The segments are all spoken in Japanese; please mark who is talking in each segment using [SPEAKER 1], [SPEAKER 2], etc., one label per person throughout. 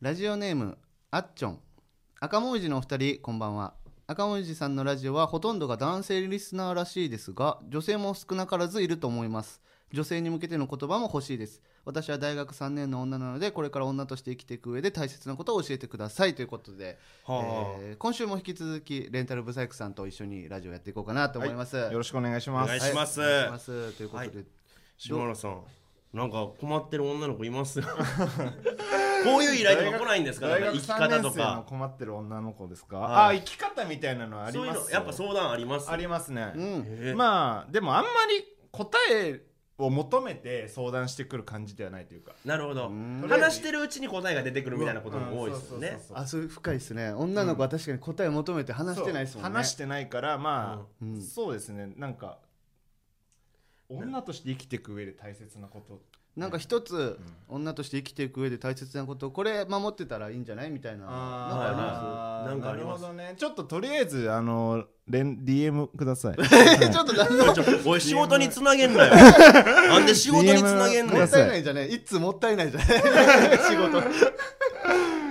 [SPEAKER 1] ラジオネームあっちょん赤もみじのお二人こんばんは赤もみじさんのラジオはほとんどが男性リスナーらしいですが女性も少なからずいると思います女性に向けての言葉も欲しいです私は大学3年の女なのでこれから女として生きていく上で大切なことを教えてくださいということで、
[SPEAKER 2] は
[SPEAKER 1] えー今週も引き続きレンタルブサイクさんと一緒にラジオやっていこうかなと思います、
[SPEAKER 2] あ、よろしくお願いしま
[SPEAKER 3] お願い
[SPEAKER 2] す。
[SPEAKER 3] します
[SPEAKER 1] はいお願いしますということで、
[SPEAKER 3] はい島野さんなんか困ってる女の子います こういう依頼とか来ないんですかなん
[SPEAKER 2] 大
[SPEAKER 3] か
[SPEAKER 2] 学
[SPEAKER 3] 生き
[SPEAKER 2] 3
[SPEAKER 3] 方
[SPEAKER 2] 年
[SPEAKER 3] と
[SPEAKER 2] 生の
[SPEAKER 3] か
[SPEAKER 2] 困ってる女の子ですか、
[SPEAKER 3] はい
[SPEAKER 2] あ生き方みたいなのあり
[SPEAKER 3] そういう
[SPEAKER 2] ますよ
[SPEAKER 3] のやっぱ相談あります
[SPEAKER 2] ありますね、
[SPEAKER 1] うん
[SPEAKER 3] えー
[SPEAKER 2] まあでもあんまり答えを求めて相談してくる感じではないというか
[SPEAKER 3] なるほど
[SPEAKER 1] うん
[SPEAKER 3] 話してるうちに答えが出てくるみたいなことも多いですよ
[SPEAKER 2] うん
[SPEAKER 3] ね
[SPEAKER 2] そうそうそうそう
[SPEAKER 1] あそれ深いですね女の子は確かに答えを求めて話してないですもんね
[SPEAKER 2] そう話してないからまあ、
[SPEAKER 1] うん
[SPEAKER 2] そうですねなんか女として生きていく上で大切なこと
[SPEAKER 1] なんか一つ、女として生きていく上で大切なことこれ守ってたらいいんじゃないみたいななんか
[SPEAKER 3] あー
[SPEAKER 2] なんか
[SPEAKER 3] なんかあります
[SPEAKER 2] なるほどねちょっととりあえずあの連 DM くださ
[SPEAKER 1] あ
[SPEAKER 2] い
[SPEAKER 1] りますちょっと何も
[SPEAKER 3] ちょおい仕事につなげん なよなんで仕事につなげん の
[SPEAKER 1] も
[SPEAKER 3] よ
[SPEAKER 1] ったいないじゃないいつもったいないじゃない 仕事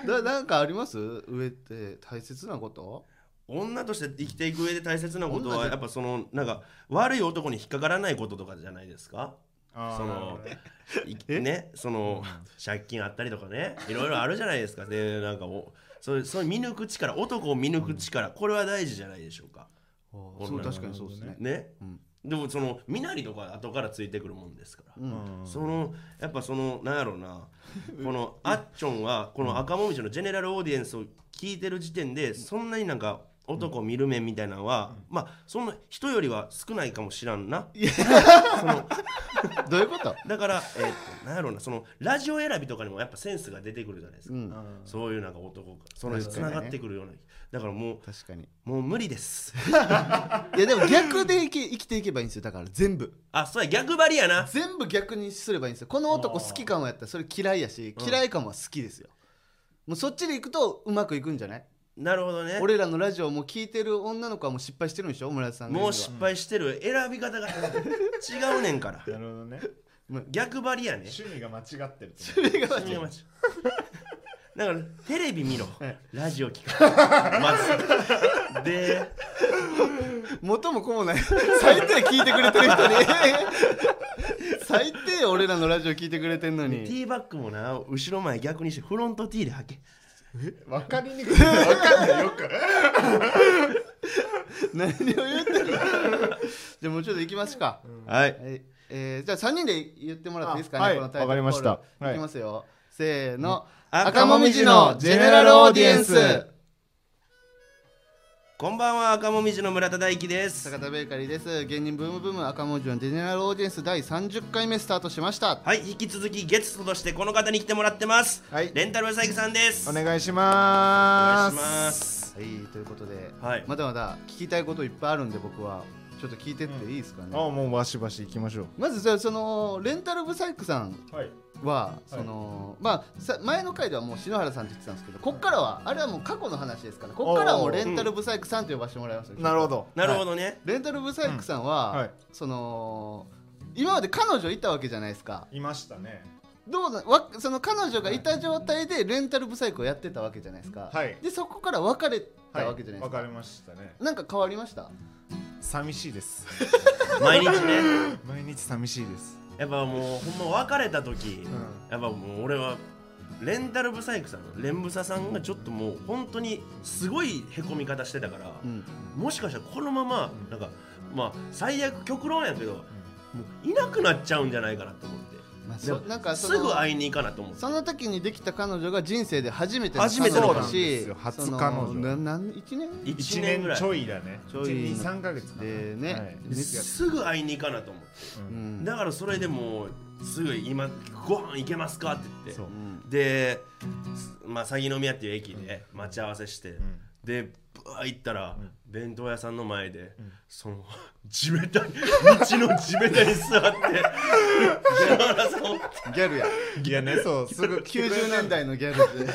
[SPEAKER 1] だなんかあります上って大切なこと
[SPEAKER 3] 女として生きていく上で大切なこと
[SPEAKER 1] 女
[SPEAKER 3] は
[SPEAKER 1] で
[SPEAKER 3] やっぱそのなんか悪い男に引っかからないこととかじゃないですか
[SPEAKER 2] あー
[SPEAKER 3] その
[SPEAKER 2] なるほどね
[SPEAKER 3] いねその借金あったりとかねいろいろあるじゃないですかでなんかおそういうそういう見抜く力男を見抜く力これは大事じゃないでしょうかー
[SPEAKER 1] そう確かにそうですね
[SPEAKER 3] ね、
[SPEAKER 1] うん
[SPEAKER 3] でもその身なりとか後からついてくるもんですから、
[SPEAKER 1] うん
[SPEAKER 2] うん
[SPEAKER 3] そのやっぱそのなんやろうなこのあっちょんはこの赤もみじのジェネラルオーディエンスを聞いてる時点でそんなになんか男を見る目みたいなのは、まあそんな人よりは少ないかもしらんな
[SPEAKER 1] どういうこと
[SPEAKER 3] だから、えーっとなんやろうなそのラジオ選びとかにもやっぱセンスが出てくるじゃないですか、
[SPEAKER 1] うん
[SPEAKER 2] うん
[SPEAKER 3] そういうなんか男がそれ
[SPEAKER 1] 確か
[SPEAKER 3] つ
[SPEAKER 1] にね
[SPEAKER 3] ながってくるような、だからも
[SPEAKER 1] 確かに
[SPEAKER 3] うもう無理です
[SPEAKER 1] いやでも逆で生き生きていけばいいんですよだから全部
[SPEAKER 3] あそうや逆張りやな
[SPEAKER 1] 全部逆にすればいいんですよこの男好きかもやったらそれ嫌いやし
[SPEAKER 3] うん
[SPEAKER 1] 嫌いかもは好きですよもうそっちで行くとうまくいくんじゃない
[SPEAKER 3] なるほどね
[SPEAKER 1] 俺らのラジオも聞いてる女の子はもう失敗してるんでしょ村田さんが
[SPEAKER 3] もう失敗してる選び方が違うねんから
[SPEAKER 2] なるほどね
[SPEAKER 3] 逆張りやね
[SPEAKER 2] 趣味が間違ってると思う
[SPEAKER 1] 言うのは
[SPEAKER 3] 君が間違えだからテレビ見ろラジオ聞くまずで
[SPEAKER 1] 元も子もない最低聞いてくれてる人に 最低俺らのラジオ聞いてくれてんの
[SPEAKER 3] ティ
[SPEAKER 1] に
[SPEAKER 3] ーバッグもな後ろ前逆にしてフロントティーで履け
[SPEAKER 2] わかりにくい。わかんないよく。
[SPEAKER 1] 何を言ってるじゃあもうちょっと行きますか、
[SPEAKER 3] はい
[SPEAKER 1] はいえーじゃあ3人で言ってもらっていいですかね、
[SPEAKER 2] あはい
[SPEAKER 1] このタイトル
[SPEAKER 2] わかりました
[SPEAKER 1] コール
[SPEAKER 2] はい
[SPEAKER 1] いきますよ、せーの、
[SPEAKER 3] 赤もみじ
[SPEAKER 2] のジェネラルオーディエンス
[SPEAKER 3] こんばんは赤もみじの村田大樹です
[SPEAKER 1] 坂田ベーカリーです芸人ブームブーム赤文字のジェネラルオーディエンス第30回目スタートしました
[SPEAKER 3] はい引き続きゲストとしてこの方に来てもらってます、
[SPEAKER 2] はい
[SPEAKER 3] レンタルブサイクさんです
[SPEAKER 2] お
[SPEAKER 3] お
[SPEAKER 2] 願いし
[SPEAKER 3] 願
[SPEAKER 2] ま
[SPEAKER 3] い
[SPEAKER 2] す。
[SPEAKER 3] します
[SPEAKER 1] はいということで、
[SPEAKER 3] はい
[SPEAKER 1] まだまだ聞きたいこといっぱいあるんで僕はちょっと聞いてっていいですかね、
[SPEAKER 2] あ、もうバシバシ行きましょう。
[SPEAKER 1] まずじゃあそのレンタルブサイクさん
[SPEAKER 2] はい。
[SPEAKER 1] はその、まあさ前の回ではもう篠原さんって言ってたんですけどこっからはあれはもう過去の話ですからこっからはもうレンタルブサイクさんと呼ばせてもらいます
[SPEAKER 2] なるほ
[SPEAKER 1] ど
[SPEAKER 2] ど。
[SPEAKER 3] なるほどね、
[SPEAKER 1] レンタルブサイクさんは、
[SPEAKER 2] うんはい
[SPEAKER 1] その今まで彼女いたわけじゃないですか
[SPEAKER 2] いましたね。
[SPEAKER 1] どうなわその彼女がいた状態でレンタルブサイクをやってたわけじゃないですか、
[SPEAKER 2] はい
[SPEAKER 1] でそこから別れたわけじゃないです
[SPEAKER 2] わ
[SPEAKER 1] か、
[SPEAKER 2] かりましたね。
[SPEAKER 1] なんか変わりました
[SPEAKER 2] 寂しいです。
[SPEAKER 3] 毎日ね
[SPEAKER 2] 毎日寂しいです。
[SPEAKER 3] やっぱもうほんま別れた時、
[SPEAKER 2] ん
[SPEAKER 3] やっぱもう俺はレンタルブサイクさんレンブサさんがちょっともう本当にすごいへこみ方してたから、
[SPEAKER 1] うん
[SPEAKER 3] もしかしたらこのままなんかまあ最悪極論やけど、もういなくなっちゃうんじゃないかなと思って
[SPEAKER 1] まあ、
[SPEAKER 3] で
[SPEAKER 1] そ
[SPEAKER 3] も
[SPEAKER 1] なんかそ
[SPEAKER 3] す
[SPEAKER 1] の
[SPEAKER 3] ぐ会いに行かなと思って
[SPEAKER 1] その時にできた彼女が人生で初めての
[SPEAKER 3] 初めての彼女
[SPEAKER 1] だし
[SPEAKER 2] そうなんですよ
[SPEAKER 1] その
[SPEAKER 2] 初彼女
[SPEAKER 1] ななん1年
[SPEAKER 3] 1年ぐらい
[SPEAKER 2] ちょいだね。
[SPEAKER 1] ちょい
[SPEAKER 2] 1 2 3ヶ月かな。
[SPEAKER 1] でね
[SPEAKER 2] はい
[SPEAKER 1] めっちゃ
[SPEAKER 3] すぐ会いに行かなと思って、
[SPEAKER 2] う
[SPEAKER 1] うんん
[SPEAKER 3] だからそれでもうすぐ今ご飯行けますかって言って
[SPEAKER 2] そう
[SPEAKER 1] うん
[SPEAKER 3] で、すまあ、詐欺の宮っていう駅で待ち合わせして、
[SPEAKER 2] ん
[SPEAKER 3] でブワー行ったら、弁当屋さんの前で、
[SPEAKER 2] ん
[SPEAKER 3] その地べたに道の地べたに座って篠原さんを
[SPEAKER 1] ギャルや
[SPEAKER 2] いやねそうすぐ
[SPEAKER 1] 90年代のギャルで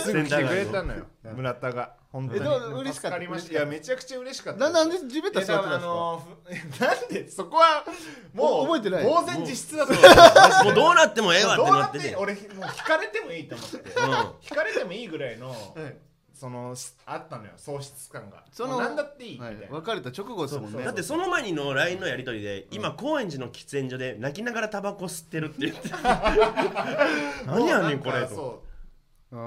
[SPEAKER 2] すぐ来てくれたのよ村田が本当に
[SPEAKER 1] えでも嬉しかった
[SPEAKER 2] 助りましたいやめちゃくちゃ嬉しかっ た
[SPEAKER 1] ななんで地べた座ってたんです
[SPEAKER 2] えだから
[SPEAKER 1] か
[SPEAKER 2] あのふ なんでそこはもう
[SPEAKER 1] お覚えてない
[SPEAKER 2] 呆然自失だと思
[SPEAKER 3] もうどうなってもええわっ
[SPEAKER 2] うど
[SPEAKER 3] て
[SPEAKER 2] う
[SPEAKER 3] な
[SPEAKER 2] な
[SPEAKER 3] っ
[SPEAKER 2] ってて
[SPEAKER 3] て
[SPEAKER 2] いい俺もう引かれてもいいと思って
[SPEAKER 3] う
[SPEAKER 2] 引かれてもいいぐらいの
[SPEAKER 1] はい
[SPEAKER 2] そのしあったのよ喪失感が
[SPEAKER 1] その
[SPEAKER 2] もう何だっていいみた
[SPEAKER 1] はいい、
[SPEAKER 2] な
[SPEAKER 1] 別れた直後ですもんね
[SPEAKER 2] そうそ
[SPEAKER 3] んだってその前にの LINE のやり取りで、今高円寺の喫煙所で泣きながらタバコ吸ってるって言って 何やねんこ
[SPEAKER 2] もうな
[SPEAKER 3] れ
[SPEAKER 2] か
[SPEAKER 3] と
[SPEAKER 2] そう
[SPEAKER 1] ー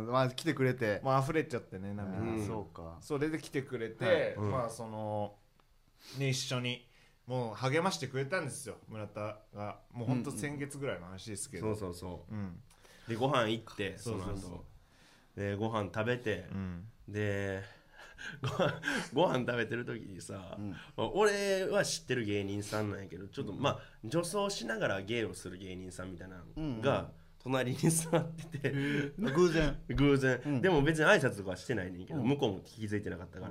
[SPEAKER 1] んまあ来てくれて、
[SPEAKER 2] うもう溢れちゃってね
[SPEAKER 1] あ
[SPEAKER 2] 涙が
[SPEAKER 1] ー
[SPEAKER 3] うん
[SPEAKER 1] そうか
[SPEAKER 2] それで来てくれて、
[SPEAKER 1] はい
[SPEAKER 3] うん
[SPEAKER 2] まあそのね一緒にもう励ましてくれたんですよ村田がもうほんと先月ぐらいの話ですけど、
[SPEAKER 3] そうそうそ
[SPEAKER 2] うん
[SPEAKER 3] うでご飯行ってその後
[SPEAKER 2] そうそう
[SPEAKER 3] でご飯食べて、
[SPEAKER 2] うん
[SPEAKER 3] で ご飯ご飯食べてる時にさ、
[SPEAKER 1] ん
[SPEAKER 3] 俺は知ってる芸人さんなんやけどちょっとまあ女装しながら芸をする芸人さんみたいなのが隣に座ってて、
[SPEAKER 1] 偶然
[SPEAKER 3] 偶然、
[SPEAKER 1] うん
[SPEAKER 3] でも別に挨拶とかはしてないねんけど、
[SPEAKER 1] うん
[SPEAKER 3] 向こうも気づいてなかったか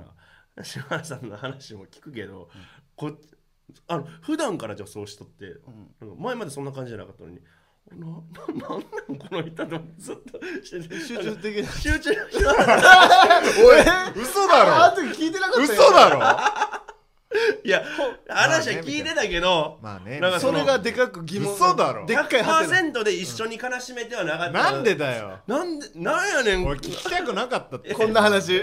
[SPEAKER 3] ら、篠原さんの話も聞くけど、こあの普段から女装しとって、なんか前までそんな感じじゃなかったのに。なななんなんこの人とずっとしてて
[SPEAKER 1] 集中できない
[SPEAKER 3] 集中してなかった
[SPEAKER 1] おい
[SPEAKER 2] 嘘
[SPEAKER 1] あ
[SPEAKER 2] だ
[SPEAKER 1] の時聞いてなかっ
[SPEAKER 2] ろ
[SPEAKER 1] た
[SPEAKER 2] 嘘だろ
[SPEAKER 3] いや話は聞いてたけど、
[SPEAKER 2] まあね
[SPEAKER 3] なんか
[SPEAKER 1] そ
[SPEAKER 3] の
[SPEAKER 1] れがでかく疑問
[SPEAKER 2] 嘘だろ
[SPEAKER 1] でっかいハテナ
[SPEAKER 3] 100%で一緒に悲しめてはなかった
[SPEAKER 2] なんでだよ
[SPEAKER 3] なんでなんやねん
[SPEAKER 2] 俺聞きたくなかったって
[SPEAKER 1] こんな話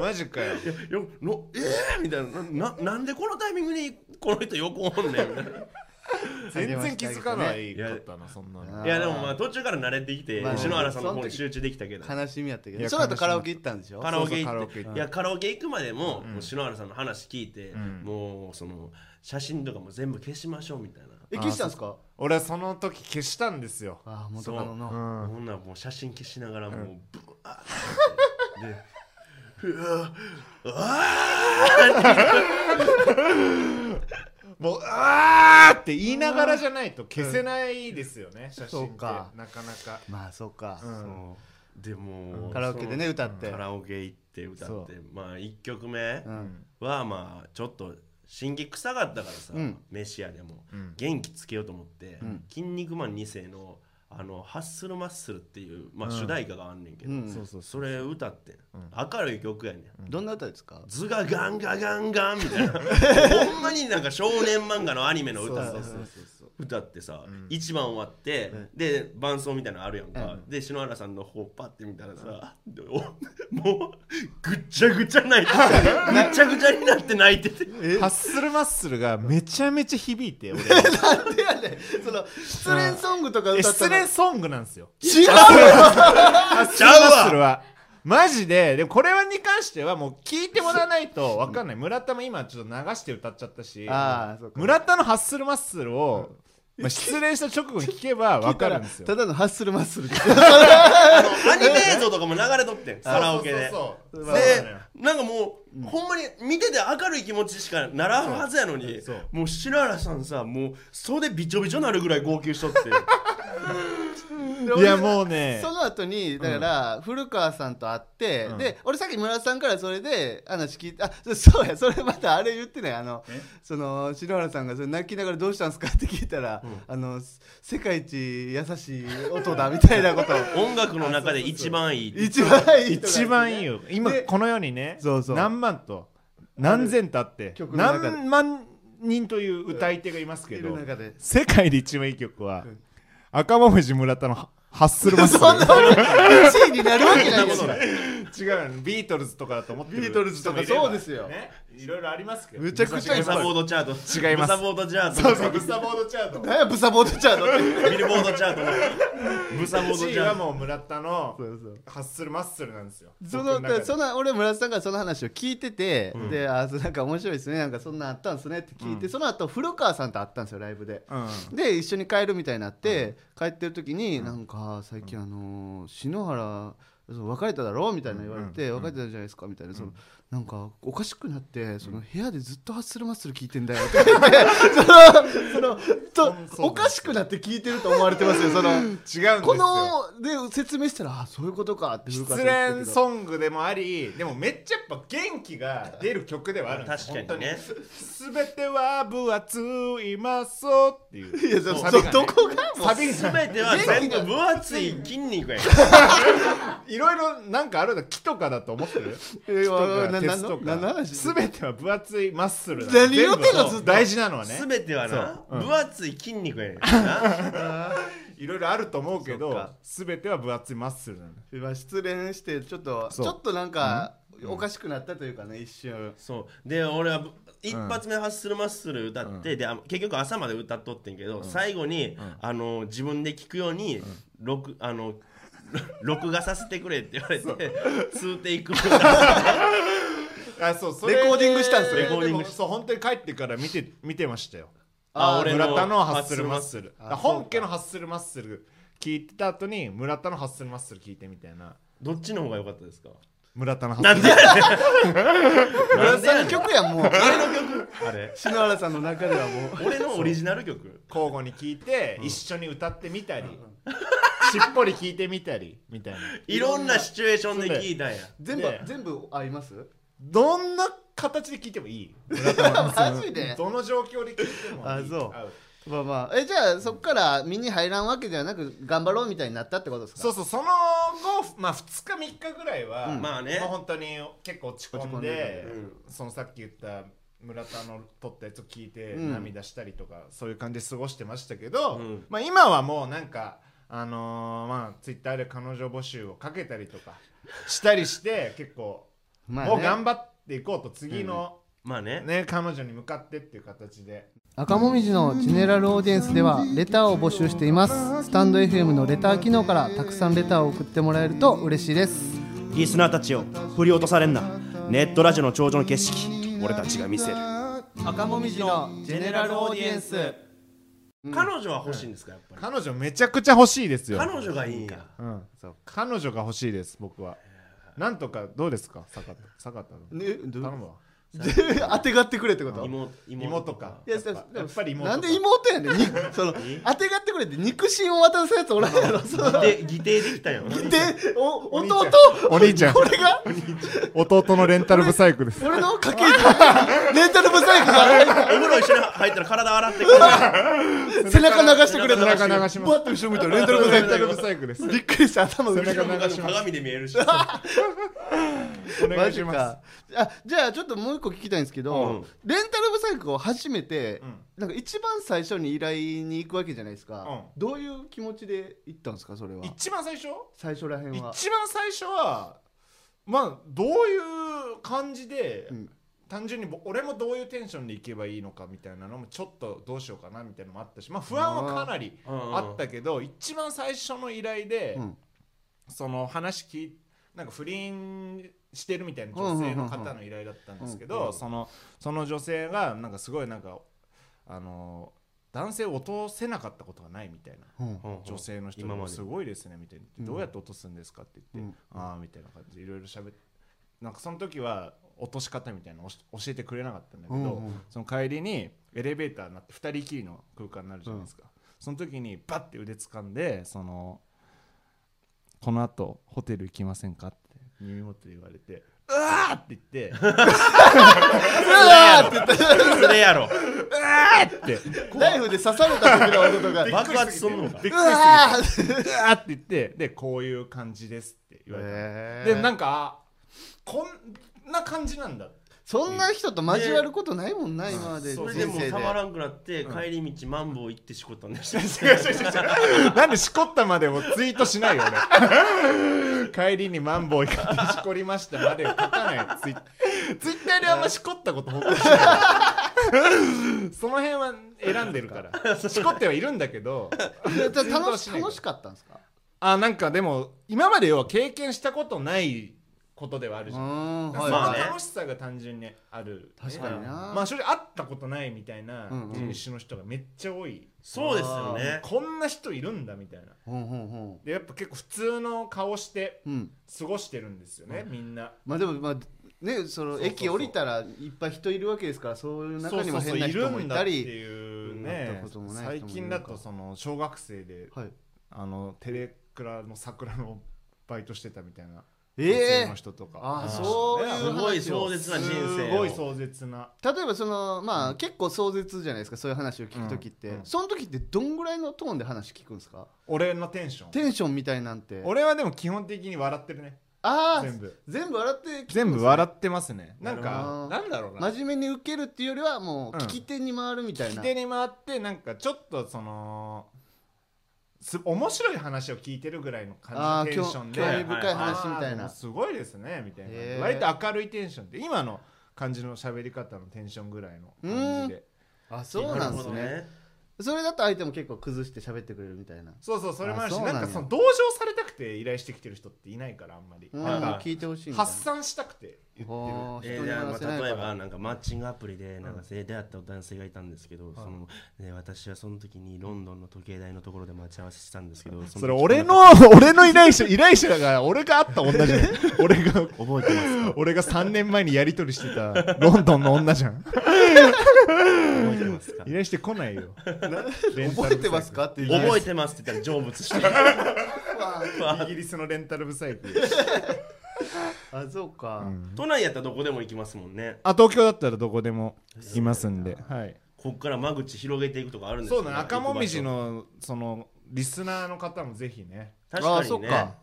[SPEAKER 2] マジかよ
[SPEAKER 3] よのええー、みたいなななんでこのタイミングにこの人横おんねんみたい な
[SPEAKER 2] 全然気づかないかったなそんなの
[SPEAKER 1] あ
[SPEAKER 3] いやでもまあ途中から慣れてきて、
[SPEAKER 1] まあね
[SPEAKER 3] 篠原さんの方に集中できたけど、
[SPEAKER 1] 悲しみやったけ
[SPEAKER 2] い
[SPEAKER 1] ど
[SPEAKER 2] や
[SPEAKER 1] その後カラオケ行ったんでしょ
[SPEAKER 3] カラオケ行って
[SPEAKER 2] そうそうカラオケ行って
[SPEAKER 3] いやカラオケ行くまでも,、
[SPEAKER 2] うん
[SPEAKER 3] もう篠原さんの話聞いて、
[SPEAKER 2] うん
[SPEAKER 3] もうその写真とかも全部消しましょうみたいな、
[SPEAKER 1] え消したんですか
[SPEAKER 2] 俺はその時消したんですよ
[SPEAKER 1] ああ元カノ
[SPEAKER 2] う
[SPEAKER 1] の
[SPEAKER 2] ん
[SPEAKER 3] ほんならもう写真消しながらもうブワーってでうわーうわ
[SPEAKER 2] もう「あー!」って言いながらじゃないと消せないですよね、写真
[SPEAKER 1] そ
[SPEAKER 2] っ
[SPEAKER 1] う
[SPEAKER 2] て
[SPEAKER 1] か
[SPEAKER 2] なかなか
[SPEAKER 1] まあそうか、
[SPEAKER 2] うん
[SPEAKER 3] ーそうでも
[SPEAKER 1] カラオケでね歌って
[SPEAKER 3] そのカラオケ行って歌ってまあ1曲目
[SPEAKER 1] うん
[SPEAKER 3] はまあちょっと心機臭かったからさ、
[SPEAKER 1] うん
[SPEAKER 3] メシアでも、
[SPEAKER 2] うん
[SPEAKER 3] 元気つけようと思って「
[SPEAKER 1] うん
[SPEAKER 3] 筋肉マン2世の」あのハッスルマッスル」っていう、まあ、
[SPEAKER 2] うん
[SPEAKER 3] 主題歌があんねんけど、
[SPEAKER 1] うん
[SPEAKER 2] そうそう
[SPEAKER 3] そ
[SPEAKER 2] れ
[SPEAKER 3] れ歌ってん、
[SPEAKER 2] うん
[SPEAKER 3] 明るい曲やねん
[SPEAKER 1] どんな歌ですか
[SPEAKER 3] 図がガンガガンガンみた いなほんまになんか少年漫画のアニメの歌
[SPEAKER 1] そう
[SPEAKER 3] で
[SPEAKER 1] そうそう
[SPEAKER 3] 歌ってさ、
[SPEAKER 2] ん
[SPEAKER 3] 一番終わって、で伴奏みたいなのあるやんか、
[SPEAKER 1] うん
[SPEAKER 3] で篠原さんの方パッて見たらさ、お もうぐっちゃぐちゃ泣 いてたぐっちゃぐちゃになって泣いてて
[SPEAKER 1] え
[SPEAKER 2] ハッスルマッスルがめちゃめちゃ響いて俺
[SPEAKER 1] なんでやねんその失恋ソングとか
[SPEAKER 2] え
[SPEAKER 1] 歌った
[SPEAKER 2] 失
[SPEAKER 1] ら
[SPEAKER 2] 恋ソングなんですよ
[SPEAKER 1] 違う
[SPEAKER 2] ハッスルマッスルはマジででもこれはに関してはもう聞いてもらわないと分かんない村田も今ちょっと流して歌っちゃったし
[SPEAKER 1] あーそうか
[SPEAKER 2] 村田のハッスルマッスルを、まあ、失恋した直後に聞けば分かるんですよ
[SPEAKER 1] ただのハッスルマッスル
[SPEAKER 3] あのアニメ映像とかも流れとってんカラオケで。
[SPEAKER 2] そうそうそうそうなの
[SPEAKER 3] で
[SPEAKER 2] よ
[SPEAKER 3] なんかもう、ほんまに見てて明るい気持ちしかならんはずやのに
[SPEAKER 2] そう
[SPEAKER 3] もう篠原さんさもう袖びちょびちょなるぐらい号泣しとって
[SPEAKER 2] いやもうね
[SPEAKER 1] その後にだから古川さんと会って、
[SPEAKER 2] うん
[SPEAKER 1] で俺さっき村田さんからそれで話聞いてあそそうやそれまたあれ言ってないあのその篠原さんがそれ泣きながらどうしたんですかって聞いたら、あのす世界一優しい音だみたいなことを
[SPEAKER 3] 音楽の中で一番いい
[SPEAKER 1] 一番いい人が
[SPEAKER 2] 一番いいよ今
[SPEAKER 1] で
[SPEAKER 2] この世にね
[SPEAKER 1] そうそう
[SPEAKER 2] 何万と何千とあって
[SPEAKER 1] 曲の中で
[SPEAKER 2] 何万人という歌い手がいます
[SPEAKER 1] い
[SPEAKER 2] け
[SPEAKER 1] る
[SPEAKER 2] ど
[SPEAKER 1] 中で
[SPEAKER 2] 世界で一番いい曲は
[SPEAKER 1] ん
[SPEAKER 2] 赤もみじ村田のハハッスルマ
[SPEAKER 1] そん
[SPEAKER 2] ッ
[SPEAKER 1] なもの1位になるわけないです
[SPEAKER 3] そん
[SPEAKER 1] よ
[SPEAKER 3] な
[SPEAKER 2] スル違うのビートルズとかだと思ってる
[SPEAKER 1] ビートルズとか
[SPEAKER 2] 人もいれ
[SPEAKER 1] そ
[SPEAKER 2] ば
[SPEAKER 1] うですよ
[SPEAKER 2] ねいろいろありますけど
[SPEAKER 1] むちゃくちゃい
[SPEAKER 3] ブ
[SPEAKER 1] っぱ
[SPEAKER 3] サ
[SPEAKER 1] い
[SPEAKER 3] ボードチャート
[SPEAKER 2] 違います
[SPEAKER 3] ブサボードチャート
[SPEAKER 2] そうそうブサボードチャート
[SPEAKER 1] 何やブサボードチャートって
[SPEAKER 3] ビルボードチャートブサボードチ
[SPEAKER 2] 1位
[SPEAKER 3] ャ
[SPEAKER 2] は
[SPEAKER 3] ート
[SPEAKER 2] もう村田の
[SPEAKER 1] そうそう
[SPEAKER 2] ハッスルマッスルなんですよ
[SPEAKER 1] そ
[SPEAKER 2] 僕
[SPEAKER 1] の
[SPEAKER 2] 中で
[SPEAKER 1] その俺村田さんからその話を聞いてて、
[SPEAKER 3] うん
[SPEAKER 1] であそうなんか面白いですねなんかそんなんあったんですねって聞いて、
[SPEAKER 2] うん
[SPEAKER 1] その後古川さんと会ったんですよライブで。
[SPEAKER 2] うん
[SPEAKER 1] で一緒に帰るみたいになって、帰ってる時に、なんか最近あのー篠原
[SPEAKER 4] その別れただろみたいな言われて、別れてたじゃないですかみたいな、そのなんかおかしくなってその部屋でずっとハッスルマッスル聞いてんだよって言ってそのそのとおかしくなって聞いてると思われてますよその
[SPEAKER 2] すよ
[SPEAKER 4] こので説明したらあそういうことかって古
[SPEAKER 2] 失
[SPEAKER 4] 川さん言って
[SPEAKER 2] 恋
[SPEAKER 4] たけど
[SPEAKER 2] ソングでもありでもめっちゃやっぱ元気が出る曲ではあるんです
[SPEAKER 3] 確かにね
[SPEAKER 2] 本当に全ては分厚いまそうっていう
[SPEAKER 4] いやそ
[SPEAKER 2] サビ
[SPEAKER 4] そ
[SPEAKER 2] がね
[SPEAKER 4] どこが
[SPEAKER 2] サビが
[SPEAKER 3] 全ては全部分厚い筋肉やから
[SPEAKER 2] いろいろなんかあるの木とかだと思ってる
[SPEAKER 4] え
[SPEAKER 2] 木とか
[SPEAKER 4] な
[SPEAKER 2] 鉄と
[SPEAKER 4] ななな
[SPEAKER 2] か全ては分厚いマッスルだ
[SPEAKER 4] 何言うてんの
[SPEAKER 2] 全部
[SPEAKER 4] ずっと
[SPEAKER 2] 大事なのはね
[SPEAKER 3] すべてはな、
[SPEAKER 2] そううん
[SPEAKER 3] 分厚い筋肉やねんな。
[SPEAKER 2] いろいろあると思うけ
[SPEAKER 3] そっ
[SPEAKER 2] ど
[SPEAKER 3] か
[SPEAKER 2] 全ては分厚いマッスルなの
[SPEAKER 4] まあ失恋してちょっとち
[SPEAKER 2] そう
[SPEAKER 4] ょっとなんかおかしくなったというかね一瞬
[SPEAKER 3] そうで俺はぶ一発目ハッスルマッスル歌って、であ結局朝まで歌っとってんけど、最後に、あの自分で聴くように、録あの 録画させてくれって言われて通テイク
[SPEAKER 2] あそうそ
[SPEAKER 4] レコーディングしたんですよ
[SPEAKER 2] レ
[SPEAKER 3] レ
[SPEAKER 2] コ
[SPEAKER 3] コ
[SPEAKER 2] ー
[SPEAKER 3] ーデ
[SPEAKER 2] ディ
[SPEAKER 3] ィ
[SPEAKER 2] ン
[SPEAKER 3] ン
[SPEAKER 2] グ
[SPEAKER 3] グ
[SPEAKER 2] そう本当に帰ってから見て見てましたよ
[SPEAKER 3] あ
[SPEAKER 2] 俺
[SPEAKER 3] 俺の
[SPEAKER 2] の村田のハッスルマッスル
[SPEAKER 4] あそうか
[SPEAKER 2] 本家のハッスルマッスル聞いてた後に村田のハッスルマッスル聞いてみたいな
[SPEAKER 3] どっちの方が良かったですか
[SPEAKER 2] 村田のハ
[SPEAKER 3] な
[SPEAKER 2] ッス
[SPEAKER 3] んで
[SPEAKER 2] ル
[SPEAKER 3] やねんな
[SPEAKER 4] 村
[SPEAKER 3] ん
[SPEAKER 4] 田
[SPEAKER 3] で
[SPEAKER 4] さ
[SPEAKER 3] や
[SPEAKER 4] ん
[SPEAKER 3] ねん
[SPEAKER 4] の曲やもう
[SPEAKER 3] 俺の曲あれ
[SPEAKER 4] 篠原さんの中ではもう
[SPEAKER 3] 俺のオリジナル曲
[SPEAKER 2] 交互に聞いて一緒に歌ってみたりしっぽり聞いてみたりみたいない
[SPEAKER 3] ろんなシチュエーションで聴いたんや
[SPEAKER 4] 全部
[SPEAKER 2] で
[SPEAKER 4] 全部合います
[SPEAKER 2] どんな形で聞いてもいい村田のハッスル
[SPEAKER 4] マジで
[SPEAKER 2] どの状況で聞いてもいい
[SPEAKER 4] あそう
[SPEAKER 2] 合
[SPEAKER 4] まあまあえじゃあそっから身に入らんわけではなく頑張ろうみたいになったってことですか
[SPEAKER 2] そうそうその後、まあ、2日3日ぐらいは、
[SPEAKER 4] うん
[SPEAKER 3] まあね
[SPEAKER 2] 本当に結構落ち込んで
[SPEAKER 4] 落ち込んで
[SPEAKER 2] そのさっき言った村田の撮ったやつを聞いて
[SPEAKER 4] うん
[SPEAKER 2] 涙したりとか、そういう感じで過ごしてましたけど、
[SPEAKER 3] うん
[SPEAKER 2] まあ、今はもうなんかあのーまあツイッターで彼女募集をかけたりとかしたり して結構、
[SPEAKER 4] まあね
[SPEAKER 2] もう頑張っていこうと次の、
[SPEAKER 3] まあね
[SPEAKER 2] ね彼女に向かってっていう形で
[SPEAKER 4] 赤もみじのジェネラルオーディエンスではレターを募集していますスタンド FM のレター機能からたくさんレターを送ってもらえると嬉しいです
[SPEAKER 3] リスナーたちを振り落とされんなネットラジオの頂上の景色俺たちが見せる
[SPEAKER 4] 赤もみじのジェネラルオーディエンス
[SPEAKER 3] 彼女は欲しいんですかやっぱり
[SPEAKER 2] 彼女めちゃくちゃ欲しいですよ
[SPEAKER 3] 彼女がいいんや
[SPEAKER 2] うん、彼女が欲しいです僕はなんとかどうですか坂田坂田 の
[SPEAKER 4] ねど
[SPEAKER 2] 頼むわ
[SPEAKER 4] 当てがってくれってこと
[SPEAKER 3] 妹
[SPEAKER 2] 妹か
[SPEAKER 4] いや
[SPEAKER 2] やっぱ
[SPEAKER 4] でも
[SPEAKER 2] やっぱり妹
[SPEAKER 4] なんで妹やねんにその当てがってくれって肉親を渡すやつおらんやろそので
[SPEAKER 3] で擬定できたよ
[SPEAKER 4] お
[SPEAKER 2] 兄ちゃん
[SPEAKER 4] 弟
[SPEAKER 2] お兄ちゃん
[SPEAKER 4] これが
[SPEAKER 2] 弟のレンタルブサイクです
[SPEAKER 4] 俺 の家系図レンタルブサイクが
[SPEAKER 3] お風呂一緒に入ったら体洗ってくれる
[SPEAKER 4] 背中流してくれた
[SPEAKER 2] 背中流します
[SPEAKER 4] バッと後ろ向いたらレ ンタルブサ
[SPEAKER 2] レ
[SPEAKER 4] イ
[SPEAKER 2] ン
[SPEAKER 4] ク
[SPEAKER 2] タルブサイクです
[SPEAKER 4] びっくりした頭の後
[SPEAKER 2] 背
[SPEAKER 4] ろ
[SPEAKER 2] 中流します
[SPEAKER 3] 鏡で見えるし
[SPEAKER 2] お願いします
[SPEAKER 4] あじゃあちょっともう一個聞きたいんですけど、
[SPEAKER 3] うん
[SPEAKER 4] レンタルブサイクを初めて、
[SPEAKER 2] うん
[SPEAKER 4] なんか一番最初に依頼に行くわけじゃないですか、
[SPEAKER 2] う
[SPEAKER 4] どういう気持ちで行ったんですかそれは
[SPEAKER 2] 一番最初
[SPEAKER 4] 最初らへん
[SPEAKER 2] 一
[SPEAKER 4] は
[SPEAKER 2] 番最初はまあどういう感じで、
[SPEAKER 4] うん
[SPEAKER 2] 単純にぼ俺もどういうテンションでいけばいいのかみたいなのもちょっとどうしようかなみたいなのもあったしまあ不安はかなりあったけど、一番最初の依頼で、
[SPEAKER 4] うん
[SPEAKER 2] その話聞いなんか不倫してるみたいな女性の方の依頼だったんですけど、
[SPEAKER 3] うんうんうん
[SPEAKER 2] そのその女性がなんかすごいなんかあの男性を落とせなかったことがないみたいな
[SPEAKER 4] うん
[SPEAKER 2] 女性の人
[SPEAKER 3] 今ま
[SPEAKER 2] も
[SPEAKER 3] です
[SPEAKER 2] ごいですねみたいな、
[SPEAKER 4] うん
[SPEAKER 2] どうやって落とすんですかって言って、ああみたいな感じでいろいろ喋ってなんかその時は落とし方みたいなの教えてくれなかったんだけど、
[SPEAKER 4] うんうん
[SPEAKER 2] その帰りにエレベーターになって2人きりの空間になるじゃないですか、その時にバッて腕掴んでそのこの後ホテル行きませんかって耳元で言われてうわーって言って
[SPEAKER 3] それやろ
[SPEAKER 2] って
[SPEAKER 4] ナイフで刺された時の音とか
[SPEAKER 3] 爆発すんのか
[SPEAKER 2] びっくりする
[SPEAKER 4] うわー
[SPEAKER 2] うわーって言ってでこういう感じ ですって言われて、
[SPEAKER 4] へー
[SPEAKER 2] でなんかあこんな感じなんだ
[SPEAKER 4] そんな人と交わることないもんな、今まで
[SPEAKER 3] そ
[SPEAKER 4] 人
[SPEAKER 3] れ
[SPEAKER 4] 生
[SPEAKER 3] で
[SPEAKER 4] で
[SPEAKER 3] もうたまらんくなって帰り道マンボウ行ってしこったんでしょ
[SPEAKER 2] なんでしこったまでをツイートしないよね 帰りにマンボウ行ってしこりましたまでを書かないツイツイッターであんましこったこと報告しないその辺は選んでるからしこってはいるんだけどツ
[SPEAKER 4] で楽し
[SPEAKER 2] イートはしない
[SPEAKER 4] 楽しかったんですか
[SPEAKER 2] あなんかでも今まで要は経験したことないことではあるじゃん
[SPEAKER 4] ん
[SPEAKER 2] そ
[SPEAKER 4] はい
[SPEAKER 3] まあ
[SPEAKER 2] の
[SPEAKER 3] ね
[SPEAKER 2] 楽しさが単純にある、
[SPEAKER 4] 確かにな
[SPEAKER 2] まあ正直会ったことないみたいな
[SPEAKER 4] うんうん
[SPEAKER 2] 人種の人がめっちゃ多い、
[SPEAKER 3] そうですよね
[SPEAKER 2] こんな人いるんだみたいな
[SPEAKER 4] ほんほんほん
[SPEAKER 2] でやっぱ結構普通の顔して
[SPEAKER 4] うん
[SPEAKER 2] 過ごしてるんですよね、みんな
[SPEAKER 4] まあでもまあねそ
[SPEAKER 2] そうそう
[SPEAKER 4] の
[SPEAKER 2] そう
[SPEAKER 4] 駅降りたらいっぱい人いるわけですからそういう中にも
[SPEAKER 2] そうそうそう
[SPEAKER 4] 変な人も
[SPEAKER 2] る
[SPEAKER 4] いた
[SPEAKER 2] んだって
[SPEAKER 4] り
[SPEAKER 2] いう
[SPEAKER 4] なっ
[SPEAKER 2] ね
[SPEAKER 4] たこともない人もい
[SPEAKER 2] 最
[SPEAKER 4] るか
[SPEAKER 2] 近だとその小学生で
[SPEAKER 4] はい
[SPEAKER 2] あのテレクラの桜のバイトしてたみたいな女性
[SPEAKER 4] ええ
[SPEAKER 2] の人とか
[SPEAKER 4] あ
[SPEAKER 2] いましたね
[SPEAKER 4] そういう話
[SPEAKER 3] すごい壮
[SPEAKER 4] を
[SPEAKER 3] 絶な人生を
[SPEAKER 2] すごい壮絶な
[SPEAKER 4] 例えばそのまあ結構壮絶じゃないですかそういう話を聞く時って
[SPEAKER 2] うんうん
[SPEAKER 4] その時ってどんぐらいのトーンで話聞くんですか
[SPEAKER 2] 俺のテンション
[SPEAKER 4] テンションみたいなんて
[SPEAKER 2] 俺はでも基本的に笑ってるね
[SPEAKER 4] ああ
[SPEAKER 2] 全部
[SPEAKER 4] 全部笑って聞くんですね
[SPEAKER 2] 全部笑ってますねなんか
[SPEAKER 4] な
[SPEAKER 2] なんだろうな
[SPEAKER 4] 真面目に受けるっていうよりは
[SPEAKER 2] う
[SPEAKER 4] もう
[SPEAKER 2] ん
[SPEAKER 4] 聞き手に回るみたい
[SPEAKER 2] 聞き
[SPEAKER 4] な
[SPEAKER 2] 手に回ってなんかちょっとそのす面白い話を聞いてるぐらいの
[SPEAKER 4] ああ
[SPEAKER 2] 感じのテ
[SPEAKER 4] 興
[SPEAKER 2] ン
[SPEAKER 4] 興
[SPEAKER 2] ション
[SPEAKER 4] 味
[SPEAKER 2] で
[SPEAKER 4] 深い
[SPEAKER 3] 深い
[SPEAKER 4] 話みたい
[SPEAKER 2] あーでも
[SPEAKER 4] な
[SPEAKER 2] すごいですねみたい
[SPEAKER 4] へー
[SPEAKER 2] な割と明るいテンションで今の感じの喋り方のテンションぐらいの感じで
[SPEAKER 4] あそうなんです
[SPEAKER 3] なるほど
[SPEAKER 4] ねそれだと相手も結構崩して喋ってくれるみたいな
[SPEAKER 2] そうそうそれもある
[SPEAKER 4] あ
[SPEAKER 2] し
[SPEAKER 4] そうなん
[SPEAKER 2] な
[SPEAKER 4] や
[SPEAKER 2] んかその同情されたくて依頼してきてる人っていないからあんまり
[SPEAKER 4] うん
[SPEAKER 2] なんか
[SPEAKER 4] 聞いてほしいみたいな
[SPEAKER 2] 発散したくて言ってる
[SPEAKER 4] おー
[SPEAKER 3] え
[SPEAKER 4] 人
[SPEAKER 3] ー
[SPEAKER 4] に
[SPEAKER 3] じゃあ
[SPEAKER 4] 話せな
[SPEAKER 3] まあ
[SPEAKER 4] いか
[SPEAKER 3] 例え
[SPEAKER 4] ら
[SPEAKER 3] ばなんかマッチングアプリでなんか出会った男性がいたんですけど、そので私はその時にロンドンの時計台のところで待ち合わせしたんですけどそ
[SPEAKER 2] それ
[SPEAKER 3] 時
[SPEAKER 2] 俺の 俺の依頼者依頼者だから俺が会った女じゃん俺が
[SPEAKER 3] 覚えてますか
[SPEAKER 2] 俺が3年前にやり取りしてたロンドンの女じゃん
[SPEAKER 3] 覚えてますか
[SPEAKER 2] 依頼してこ ないよ
[SPEAKER 4] 覚えてますかっていう
[SPEAKER 3] 覚えてますって言ったら成仏して
[SPEAKER 2] イ ギリスのレンタルブサイク
[SPEAKER 4] あそうか、
[SPEAKER 3] 都内やったらどこでも行きますもんね
[SPEAKER 2] あ東京だったらどこでも行きますんで、はい、
[SPEAKER 3] こっから間口広げていくとかあるんです
[SPEAKER 2] そうだね赤もみ
[SPEAKER 3] じ
[SPEAKER 2] じのそのリスナーの方もぜひね
[SPEAKER 3] 確
[SPEAKER 4] あ
[SPEAKER 3] か
[SPEAKER 4] そ
[SPEAKER 3] に
[SPEAKER 4] っ
[SPEAKER 3] ね
[SPEAKER 4] か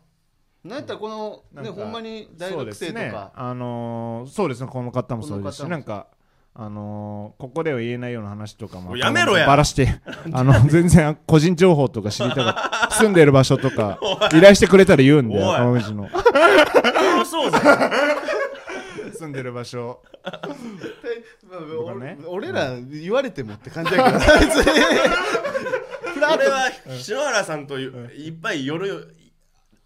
[SPEAKER 4] なんやったらこの
[SPEAKER 2] な
[SPEAKER 4] ね
[SPEAKER 2] か
[SPEAKER 4] ほんまに大学生と
[SPEAKER 2] そうですね
[SPEAKER 4] か、
[SPEAKER 2] あのーそうですねこの方もそうです
[SPEAKER 4] この方もそ
[SPEAKER 2] し
[SPEAKER 4] う
[SPEAKER 2] なんかあのーここでは言えないような話とかも
[SPEAKER 3] おいやめろや
[SPEAKER 2] バラして あの全然個人情報とか知りたが 住んでる場所とか依頼してくれたら言うんで
[SPEAKER 3] おい
[SPEAKER 2] 赤もみじの
[SPEAKER 3] あそうだ
[SPEAKER 2] 住んでる場所
[SPEAKER 4] まあ
[SPEAKER 2] とかね
[SPEAKER 4] お 俺ら言われてもって感じやけど 別にフラッ
[SPEAKER 3] 俺
[SPEAKER 4] ト
[SPEAKER 3] は篠原さんといういっぱい夜よ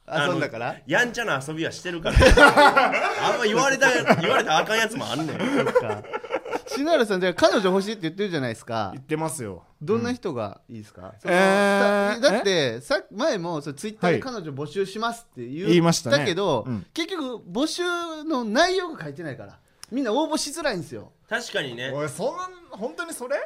[SPEAKER 3] あの
[SPEAKER 4] 遊んだから
[SPEAKER 3] やんちゃな遊びはしてるからあんま言われた言われたらあかんやつもあんねん
[SPEAKER 4] そっか篠原さんじゃあ彼女欲しいって言ってるじゃないですか
[SPEAKER 2] 言ってますよ
[SPEAKER 4] どんな人がいいですか、
[SPEAKER 2] えー
[SPEAKER 4] だだってさ前もそツイッターで彼女募集しますって言,、
[SPEAKER 2] はい言いましたね
[SPEAKER 4] けど、
[SPEAKER 2] うん
[SPEAKER 4] 結局募集の内容が書いてないからみんな応募しづらいんですよ
[SPEAKER 3] 確かにね
[SPEAKER 2] 俺そんな本当にそれ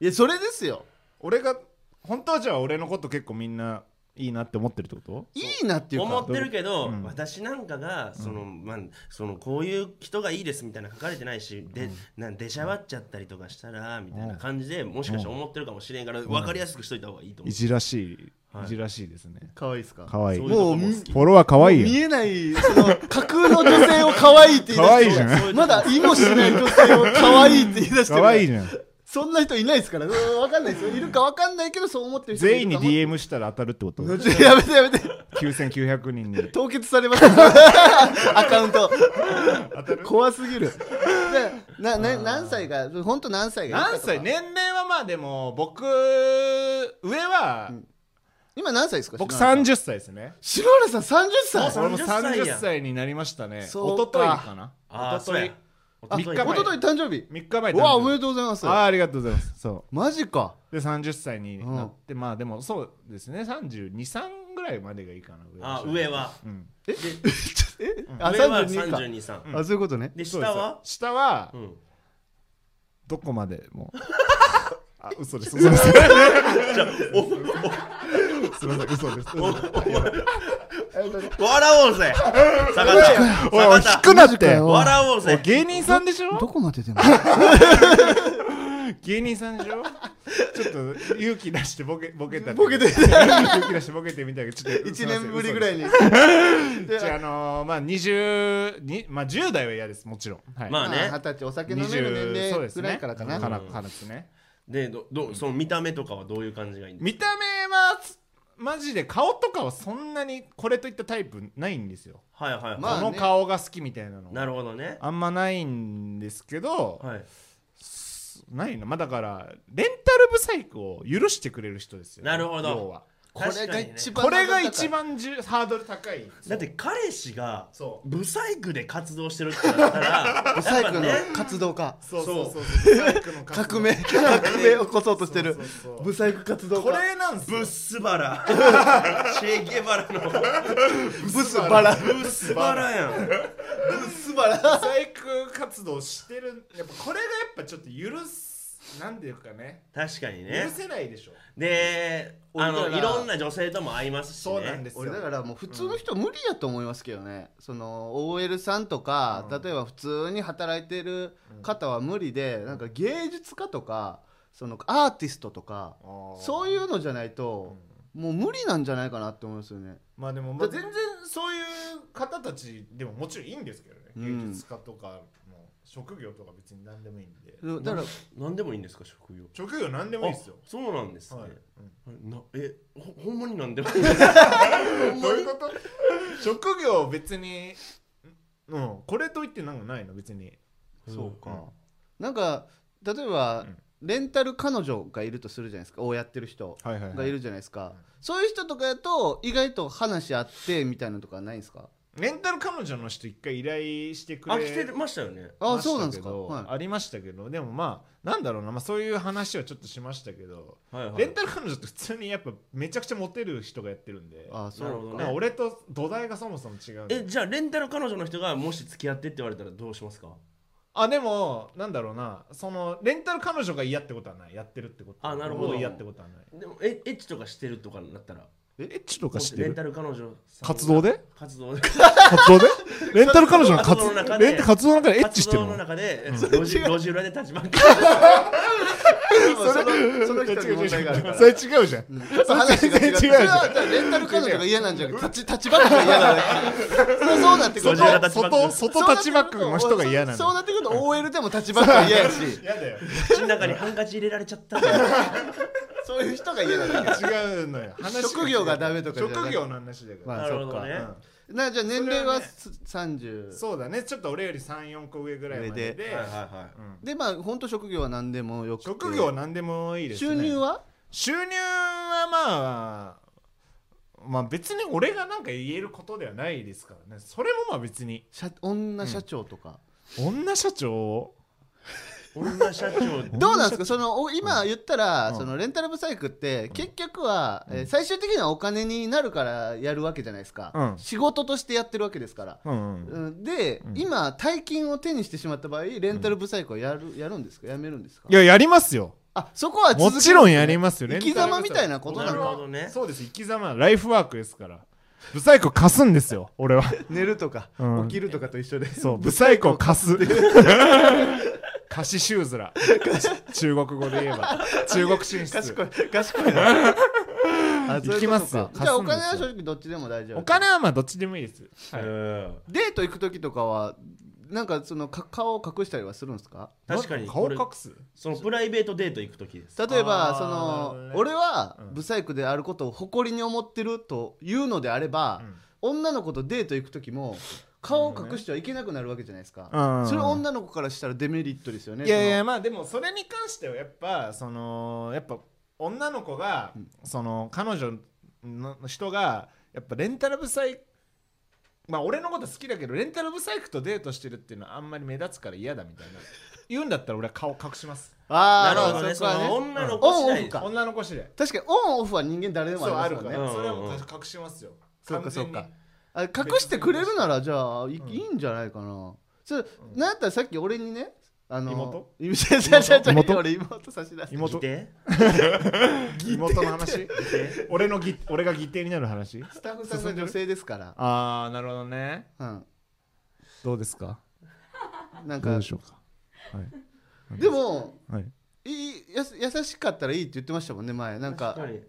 [SPEAKER 4] いやそれですよ
[SPEAKER 2] 俺が本当はじゃあ俺のこと結構みんないいなって思ってるってこと
[SPEAKER 4] いいなっていう
[SPEAKER 3] 思
[SPEAKER 4] か
[SPEAKER 3] ってるけど、
[SPEAKER 2] うん
[SPEAKER 3] 私なんかがその、まあ、そのこういう人がいいですみたいな書かれてないし、でなん出しゃばっちゃったりとかしたらみたいな感じでもしかしたら思ってるかもしれんから、分かりやすくしといた方がいいと思、
[SPEAKER 2] いうじらしい、
[SPEAKER 3] はい
[SPEAKER 2] い、じらしいですね
[SPEAKER 4] 可愛いですか
[SPEAKER 2] 可愛い
[SPEAKER 3] そういう
[SPEAKER 2] い
[SPEAKER 3] とこも
[SPEAKER 4] もう
[SPEAKER 3] 好き
[SPEAKER 2] フォロワー可愛い
[SPEAKER 4] 見
[SPEAKER 2] よ
[SPEAKER 4] えないその架空の女性を可愛いって言い出して
[SPEAKER 2] 可愛いじゃん
[SPEAKER 4] まだ意もしない女性を可愛いって言い出してる
[SPEAKER 2] 可愛いじゃん
[SPEAKER 4] そんな人いないですからうん分かんないですよいるか分かんないけどそう思ってる人
[SPEAKER 2] 全員に
[SPEAKER 4] いる
[SPEAKER 2] DM したら当たるって こと
[SPEAKER 4] かもちょ やめてやめて
[SPEAKER 2] 9900人に
[SPEAKER 4] 凍結されますよ アカウント怖すぎるでなな何歳が本当何歳がいいかと
[SPEAKER 2] 何
[SPEAKER 4] か
[SPEAKER 2] 歳年齢はまあでも僕上は、
[SPEAKER 4] 今何歳ですか
[SPEAKER 2] 僕
[SPEAKER 4] 篠原さん
[SPEAKER 2] 30歳ですね
[SPEAKER 4] 篠原さん30歳
[SPEAKER 3] そう
[SPEAKER 2] 俺も
[SPEAKER 3] 30
[SPEAKER 2] 30歳になりましたね
[SPEAKER 4] そう
[SPEAKER 2] 一
[SPEAKER 4] か
[SPEAKER 2] 昨日かな
[SPEAKER 3] ああ
[SPEAKER 2] 一
[SPEAKER 3] そ
[SPEAKER 2] 昨
[SPEAKER 3] う
[SPEAKER 2] 日
[SPEAKER 3] や
[SPEAKER 2] あ三日前
[SPEAKER 4] おととい誕生日
[SPEAKER 2] 3日前
[SPEAKER 4] うわお
[SPEAKER 2] で
[SPEAKER 4] めでとうございます
[SPEAKER 2] ああありがとうございますそ
[SPEAKER 4] マジ か
[SPEAKER 2] うで30歳になって、まあでもそうですね323ぐらいまでがいいかな上
[SPEAKER 3] あ上は
[SPEAKER 2] うん
[SPEAKER 4] あ
[SPEAKER 3] 上は
[SPEAKER 4] 32か
[SPEAKER 3] 32さん
[SPEAKER 4] あそういうことね
[SPEAKER 3] で
[SPEAKER 2] そ
[SPEAKER 3] 下
[SPEAKER 2] うです
[SPEAKER 3] は
[SPEAKER 2] 下は
[SPEAKER 3] うん
[SPEAKER 2] どこまでもあ嘘です嘘です
[SPEAKER 3] お
[SPEAKER 2] すいません嘘です
[SPEAKER 3] おお笑おうぜ坂
[SPEAKER 2] おいお
[SPEAKER 3] 田
[SPEAKER 2] い引
[SPEAKER 3] 坂
[SPEAKER 2] くなって
[SPEAKER 3] 田
[SPEAKER 4] おい
[SPEAKER 3] 笑おう
[SPEAKER 2] おい
[SPEAKER 3] ぜ
[SPEAKER 2] 芸人さんでしょ
[SPEAKER 4] どこまででも
[SPEAKER 2] 芸人さんでしょちょっと勇気出してボケボケた
[SPEAKER 4] ボケて
[SPEAKER 2] 勇気出してボケてみたけどちょっと
[SPEAKER 4] 1年ぶりぐらい
[SPEAKER 2] に
[SPEAKER 4] に
[SPEAKER 2] じゃああのー、まあ20にまあ10代は嫌ですもちろん、はい、
[SPEAKER 3] まあね
[SPEAKER 4] まあ二十歳お酒飲める年
[SPEAKER 2] 20
[SPEAKER 4] 齢ぐらいからか
[SPEAKER 2] そうですね、か
[SPEAKER 4] な
[SPEAKER 2] らからですね
[SPEAKER 3] でどどうその見た目とかはどういう感じがいいんです
[SPEAKER 2] 見た目はマジで顔とかはそんなにこれといったタイプないんですよ、
[SPEAKER 3] かはいはいはい、
[SPEAKER 4] まあね
[SPEAKER 2] この顔が好きみたいなの
[SPEAKER 3] なるほどね
[SPEAKER 2] あんまないんですけど、
[SPEAKER 3] はい
[SPEAKER 2] ないのまあだからレンタルブサイクを許してくれる人ですよ、
[SPEAKER 3] なるほど
[SPEAKER 2] 要は
[SPEAKER 4] これ
[SPEAKER 3] 確
[SPEAKER 4] が
[SPEAKER 3] かにね
[SPEAKER 4] 一番
[SPEAKER 2] これが一
[SPEAKER 4] 番
[SPEAKER 2] 番じゅハードル高い
[SPEAKER 3] だって彼氏が
[SPEAKER 2] そ
[SPEAKER 3] ブサイクで活動してるってなったら
[SPEAKER 4] ブサイクの活動家
[SPEAKER 2] そうそうそうそう
[SPEAKER 4] 革命革命を起こそうとしてる
[SPEAKER 2] そうそうそう
[SPEAKER 4] ブサイク活動
[SPEAKER 2] こ
[SPEAKER 4] 家
[SPEAKER 2] れなんす
[SPEAKER 3] ブ
[SPEAKER 2] よ
[SPEAKER 3] ッスバラチェ・ゲバラの
[SPEAKER 4] ブスバラ
[SPEAKER 3] ブッスバラやん
[SPEAKER 4] ブスバラ
[SPEAKER 2] ブサイク活動してるやっぱこれがやっぱちょっと許すなんていうかね
[SPEAKER 3] 確かに
[SPEAKER 2] 許
[SPEAKER 3] ね
[SPEAKER 2] せないでしょ
[SPEAKER 3] であの
[SPEAKER 4] 俺ら
[SPEAKER 3] いろんな女性とも会いますし、ね、
[SPEAKER 2] そうなんですよ
[SPEAKER 4] 俺だからもう普通の人無理やと思いますけどね、その OL さんとか、
[SPEAKER 2] うん
[SPEAKER 4] 例えば普通に働いてる方は無理で、なんか芸術家とかそのアーティストとかそう
[SPEAKER 2] う
[SPEAKER 4] いうのじゃないと、もう無理なんじゃないかなって思いますよね
[SPEAKER 2] まあでも、まあ、全然そういう方たちでももちろんいいんですけどね、
[SPEAKER 4] うん
[SPEAKER 2] 芸術家とかの職業とか別に何でもいいんで
[SPEAKER 4] だから
[SPEAKER 3] 何でもいいんですか職業
[SPEAKER 2] 職業何でもいいですよ
[SPEAKER 3] あそうなんですね、
[SPEAKER 2] はい、
[SPEAKER 3] なえほほんまに何でも
[SPEAKER 2] うん、どういうこと職業別にうんこれといってなんかないの別に
[SPEAKER 3] そうか、
[SPEAKER 4] なんか例えば、
[SPEAKER 2] うん
[SPEAKER 4] レンタル彼女がいるとするじゃないですかをやってる人
[SPEAKER 2] はいはい、
[SPEAKER 4] がいるじゃないですか、そういう人とかやと意外と話あってみたいなのとかないんですか
[SPEAKER 2] レンタル彼女の人一回依頼してくれ
[SPEAKER 3] あ来てましたよね
[SPEAKER 4] あ
[SPEAKER 2] ましたけど
[SPEAKER 4] そうなんですか、はい
[SPEAKER 2] ありましたけどでもまあなんだろうな、まあ、そういう話はちょっとしましたけど、
[SPEAKER 3] はいはい
[SPEAKER 2] レンタル彼女って普通にやっぱめちゃくちゃモテる人がやってるんで
[SPEAKER 4] あそう
[SPEAKER 3] なるほど
[SPEAKER 2] なんか
[SPEAKER 3] ね
[SPEAKER 2] 俺と土台がそもそも違うんで
[SPEAKER 3] えじゃあレンタル彼女の人がもし付き合ってって言われたらどうしますか
[SPEAKER 2] あでもなんだろうなそのレンタル彼女が嫌ってことはないやってるってこと
[SPEAKER 3] あなるほど
[SPEAKER 2] 僕が嫌ってことはない
[SPEAKER 3] でもエエッチとかしてるとかになったら
[SPEAKER 2] エッチと
[SPEAKER 3] レンタル彼女さんが
[SPEAKER 2] 活動で
[SPEAKER 3] 活動で
[SPEAKER 2] 活 動でレンタル彼女の活
[SPEAKER 3] 活動の中で
[SPEAKER 2] レンタ活動の中でエッチして
[SPEAKER 3] 活
[SPEAKER 2] る
[SPEAKER 3] 動
[SPEAKER 2] の
[SPEAKER 3] の中で路地路地裏で立ちまくって
[SPEAKER 4] そのその人に問題があるから
[SPEAKER 2] それ違うじゃん、
[SPEAKER 4] 話が違う。そ
[SPEAKER 2] 全然違
[SPEAKER 4] れ
[SPEAKER 2] うじゃん
[SPEAKER 4] はじゃあレンタル彼女が嫌なんじゃなくて、立ち立ちばっかが嫌だね。 それはそうなってく
[SPEAKER 3] 路
[SPEAKER 4] る
[SPEAKER 3] 地裏立ちまく
[SPEAKER 2] 外
[SPEAKER 3] って
[SPEAKER 2] 外立ちバックの人が嫌な
[SPEAKER 4] そうそう
[SPEAKER 2] の
[SPEAKER 4] なってくると OL でも立ちばっか嫌やし、
[SPEAKER 2] 嫌だよ
[SPEAKER 3] 口の中にハンカチ入れられちゃった
[SPEAKER 4] そういう人が嫌だね。
[SPEAKER 2] 違うのよ話が違う
[SPEAKER 4] 職業がダメとかじゃなくて
[SPEAKER 2] 職業の話だから、
[SPEAKER 4] ま
[SPEAKER 3] な
[SPEAKER 4] あ
[SPEAKER 3] るほ
[SPEAKER 4] そ
[SPEAKER 3] ど
[SPEAKER 4] っ
[SPEAKER 3] ね
[SPEAKER 4] か。
[SPEAKER 2] うん
[SPEAKER 4] なじゃあ年齢
[SPEAKER 2] そ
[SPEAKER 4] は
[SPEAKER 2] れはね
[SPEAKER 4] 30。
[SPEAKER 2] そうだねちょっと俺より34個上ぐらいまでで
[SPEAKER 4] 上
[SPEAKER 3] はいはいは
[SPEAKER 2] うん
[SPEAKER 4] でまあ本当職業は何でもよくて。
[SPEAKER 2] 職業は何でもいいですね
[SPEAKER 4] 収入は？
[SPEAKER 2] 収入はまあまあ別に俺がなんか言えることではないですからねそれもまあ別に
[SPEAKER 4] 社女社長とか。
[SPEAKER 2] 女社長
[SPEAKER 3] い女社長
[SPEAKER 4] どうなんですかそのお今言ったら、
[SPEAKER 2] うん
[SPEAKER 4] そのレンタルブサイクって結局は、えー最終的にはお金になるからやるわけじゃないですか、
[SPEAKER 2] うん
[SPEAKER 4] 仕事としてやってるわけですから、
[SPEAKER 2] うん、うん、
[SPEAKER 4] うんで、
[SPEAKER 2] うん
[SPEAKER 4] 今大金を手にしてしまった場合レンタルブサイクをやる,、やるんですかやめるんですか
[SPEAKER 2] いややりますよ
[SPEAKER 4] あそこは続ける
[SPEAKER 2] もちろんやりますよ
[SPEAKER 4] 生き様みたいなことな
[SPEAKER 3] なるほ
[SPEAKER 4] のか
[SPEAKER 3] どね
[SPEAKER 2] そうです生き様ライフワークですからブサイクを貸すんですよ 俺は
[SPEAKER 4] 寝るとか、
[SPEAKER 2] うん
[SPEAKER 4] 起きるとかと一緒で
[SPEAKER 2] そうブサイクを貸す貸しシューズラ中国語で言えば中国進出
[SPEAKER 4] 賢い賢 いなあそういうことか
[SPEAKER 2] 行きますよ
[SPEAKER 4] じゃあお金
[SPEAKER 2] 貸す
[SPEAKER 4] は
[SPEAKER 2] んですよ
[SPEAKER 4] 正直どっちでも大丈夫
[SPEAKER 2] お金はまあどっちでもいいです
[SPEAKER 3] はいうん
[SPEAKER 4] デート行く時とかはなんかそのか顔を隠したりはするんですか
[SPEAKER 3] 確かに
[SPEAKER 2] 顔
[SPEAKER 3] これ
[SPEAKER 2] 隠す
[SPEAKER 3] そのプライベートデート行く時です
[SPEAKER 4] 例えば
[SPEAKER 2] あー
[SPEAKER 4] そ
[SPEAKER 2] なるほど
[SPEAKER 4] の、
[SPEAKER 2] ね
[SPEAKER 4] 俺は
[SPEAKER 2] うん
[SPEAKER 4] ブサイクであることを誇りに思ってるというのであれば、女の子とデート行く時も顔を隠してはいけなくなるわけじゃないですか、
[SPEAKER 2] うん
[SPEAKER 4] それ女の子からしたらデメリットですよね
[SPEAKER 2] いやいやまあでもそれに関してはやっぱそのやっぱ女の子が、その彼女の人がやっぱレンタルブサイまあ俺のこと好きだけどレンタルブサイクとデートしてるっていうのはあんまり目立つから嫌だみたいな 言うんだったら俺は顔隠します
[SPEAKER 4] そのあ
[SPEAKER 3] な
[SPEAKER 4] あ
[SPEAKER 3] るほどねそ
[SPEAKER 4] そこは
[SPEAKER 3] の
[SPEAKER 4] ね
[SPEAKER 3] 女の子次
[SPEAKER 4] オンオ
[SPEAKER 3] 第
[SPEAKER 4] フか
[SPEAKER 2] 女の子次第
[SPEAKER 4] 確かにオンオフは人間誰でも
[SPEAKER 2] そう
[SPEAKER 4] あ
[SPEAKER 2] あ
[SPEAKER 4] り
[SPEAKER 2] る
[SPEAKER 4] ま
[SPEAKER 2] か
[SPEAKER 4] すから
[SPEAKER 2] ね
[SPEAKER 4] らね
[SPEAKER 3] ん
[SPEAKER 2] それはもう隠しますよ
[SPEAKER 4] そうか
[SPEAKER 2] 完全に
[SPEAKER 4] そうかあ隠してくれるならじゃあい,、
[SPEAKER 2] うん
[SPEAKER 4] いんじゃないかなそれ、なんやったらさっき俺にねあの
[SPEAKER 2] 妹
[SPEAKER 4] いや 違う違う違う
[SPEAKER 2] 妹
[SPEAKER 4] 俺妹差し出して
[SPEAKER 2] 妹
[SPEAKER 3] 来て
[SPEAKER 2] 妹の話 俺のぎ俺が義弟になる話
[SPEAKER 4] スタッフさんが女性ですから、
[SPEAKER 2] ああなるほどね
[SPEAKER 4] うん、
[SPEAKER 2] どうですか
[SPEAKER 4] なんか
[SPEAKER 2] ょうか
[SPEAKER 4] でも
[SPEAKER 2] はい
[SPEAKER 4] いいやす優しかったらいいって言ってましたもんね前なんか
[SPEAKER 3] 確かに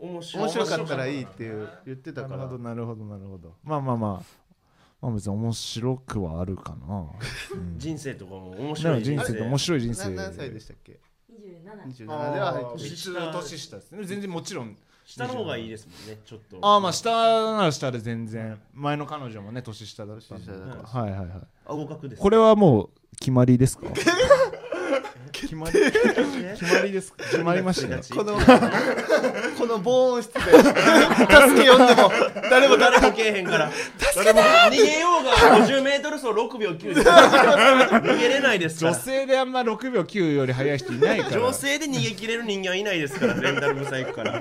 [SPEAKER 3] 面白
[SPEAKER 4] 面
[SPEAKER 3] い
[SPEAKER 4] 白かったらいいっていう言ってた
[SPEAKER 2] な
[SPEAKER 4] か
[SPEAKER 2] る
[SPEAKER 4] ら
[SPEAKER 2] ほどなるほどなるほどまあまあまあまあ別に面白くはあるかな、 うん、
[SPEAKER 3] 人生とかも面
[SPEAKER 2] な
[SPEAKER 3] 白
[SPEAKER 2] んか
[SPEAKER 3] い
[SPEAKER 2] 人生で面白い人
[SPEAKER 4] な
[SPEAKER 2] 生
[SPEAKER 4] 何歳でしたっけ27
[SPEAKER 5] 27
[SPEAKER 4] では入ってる
[SPEAKER 2] 実は年下ですね全然もちろん
[SPEAKER 3] 下の方がいいですもんねちょっと
[SPEAKER 2] ああまあ下なら下で全然前の彼女もね年下だったんで
[SPEAKER 4] 年下だ
[SPEAKER 3] から
[SPEAKER 2] はいはいはい
[SPEAKER 3] あ合格です
[SPEAKER 2] これはもう決まりですか決まり決まりです決まり ましたね
[SPEAKER 4] この この防音室で助け呼んでも
[SPEAKER 3] 誰も誰もけえへんから誰も逃げようが 50m 走6秒9で逃げれないですか
[SPEAKER 2] 女
[SPEAKER 3] ら
[SPEAKER 2] 性であんま6秒9より速い人いないから
[SPEAKER 3] 女性で逃げ切れる人間はいないですからレンタルブサイクから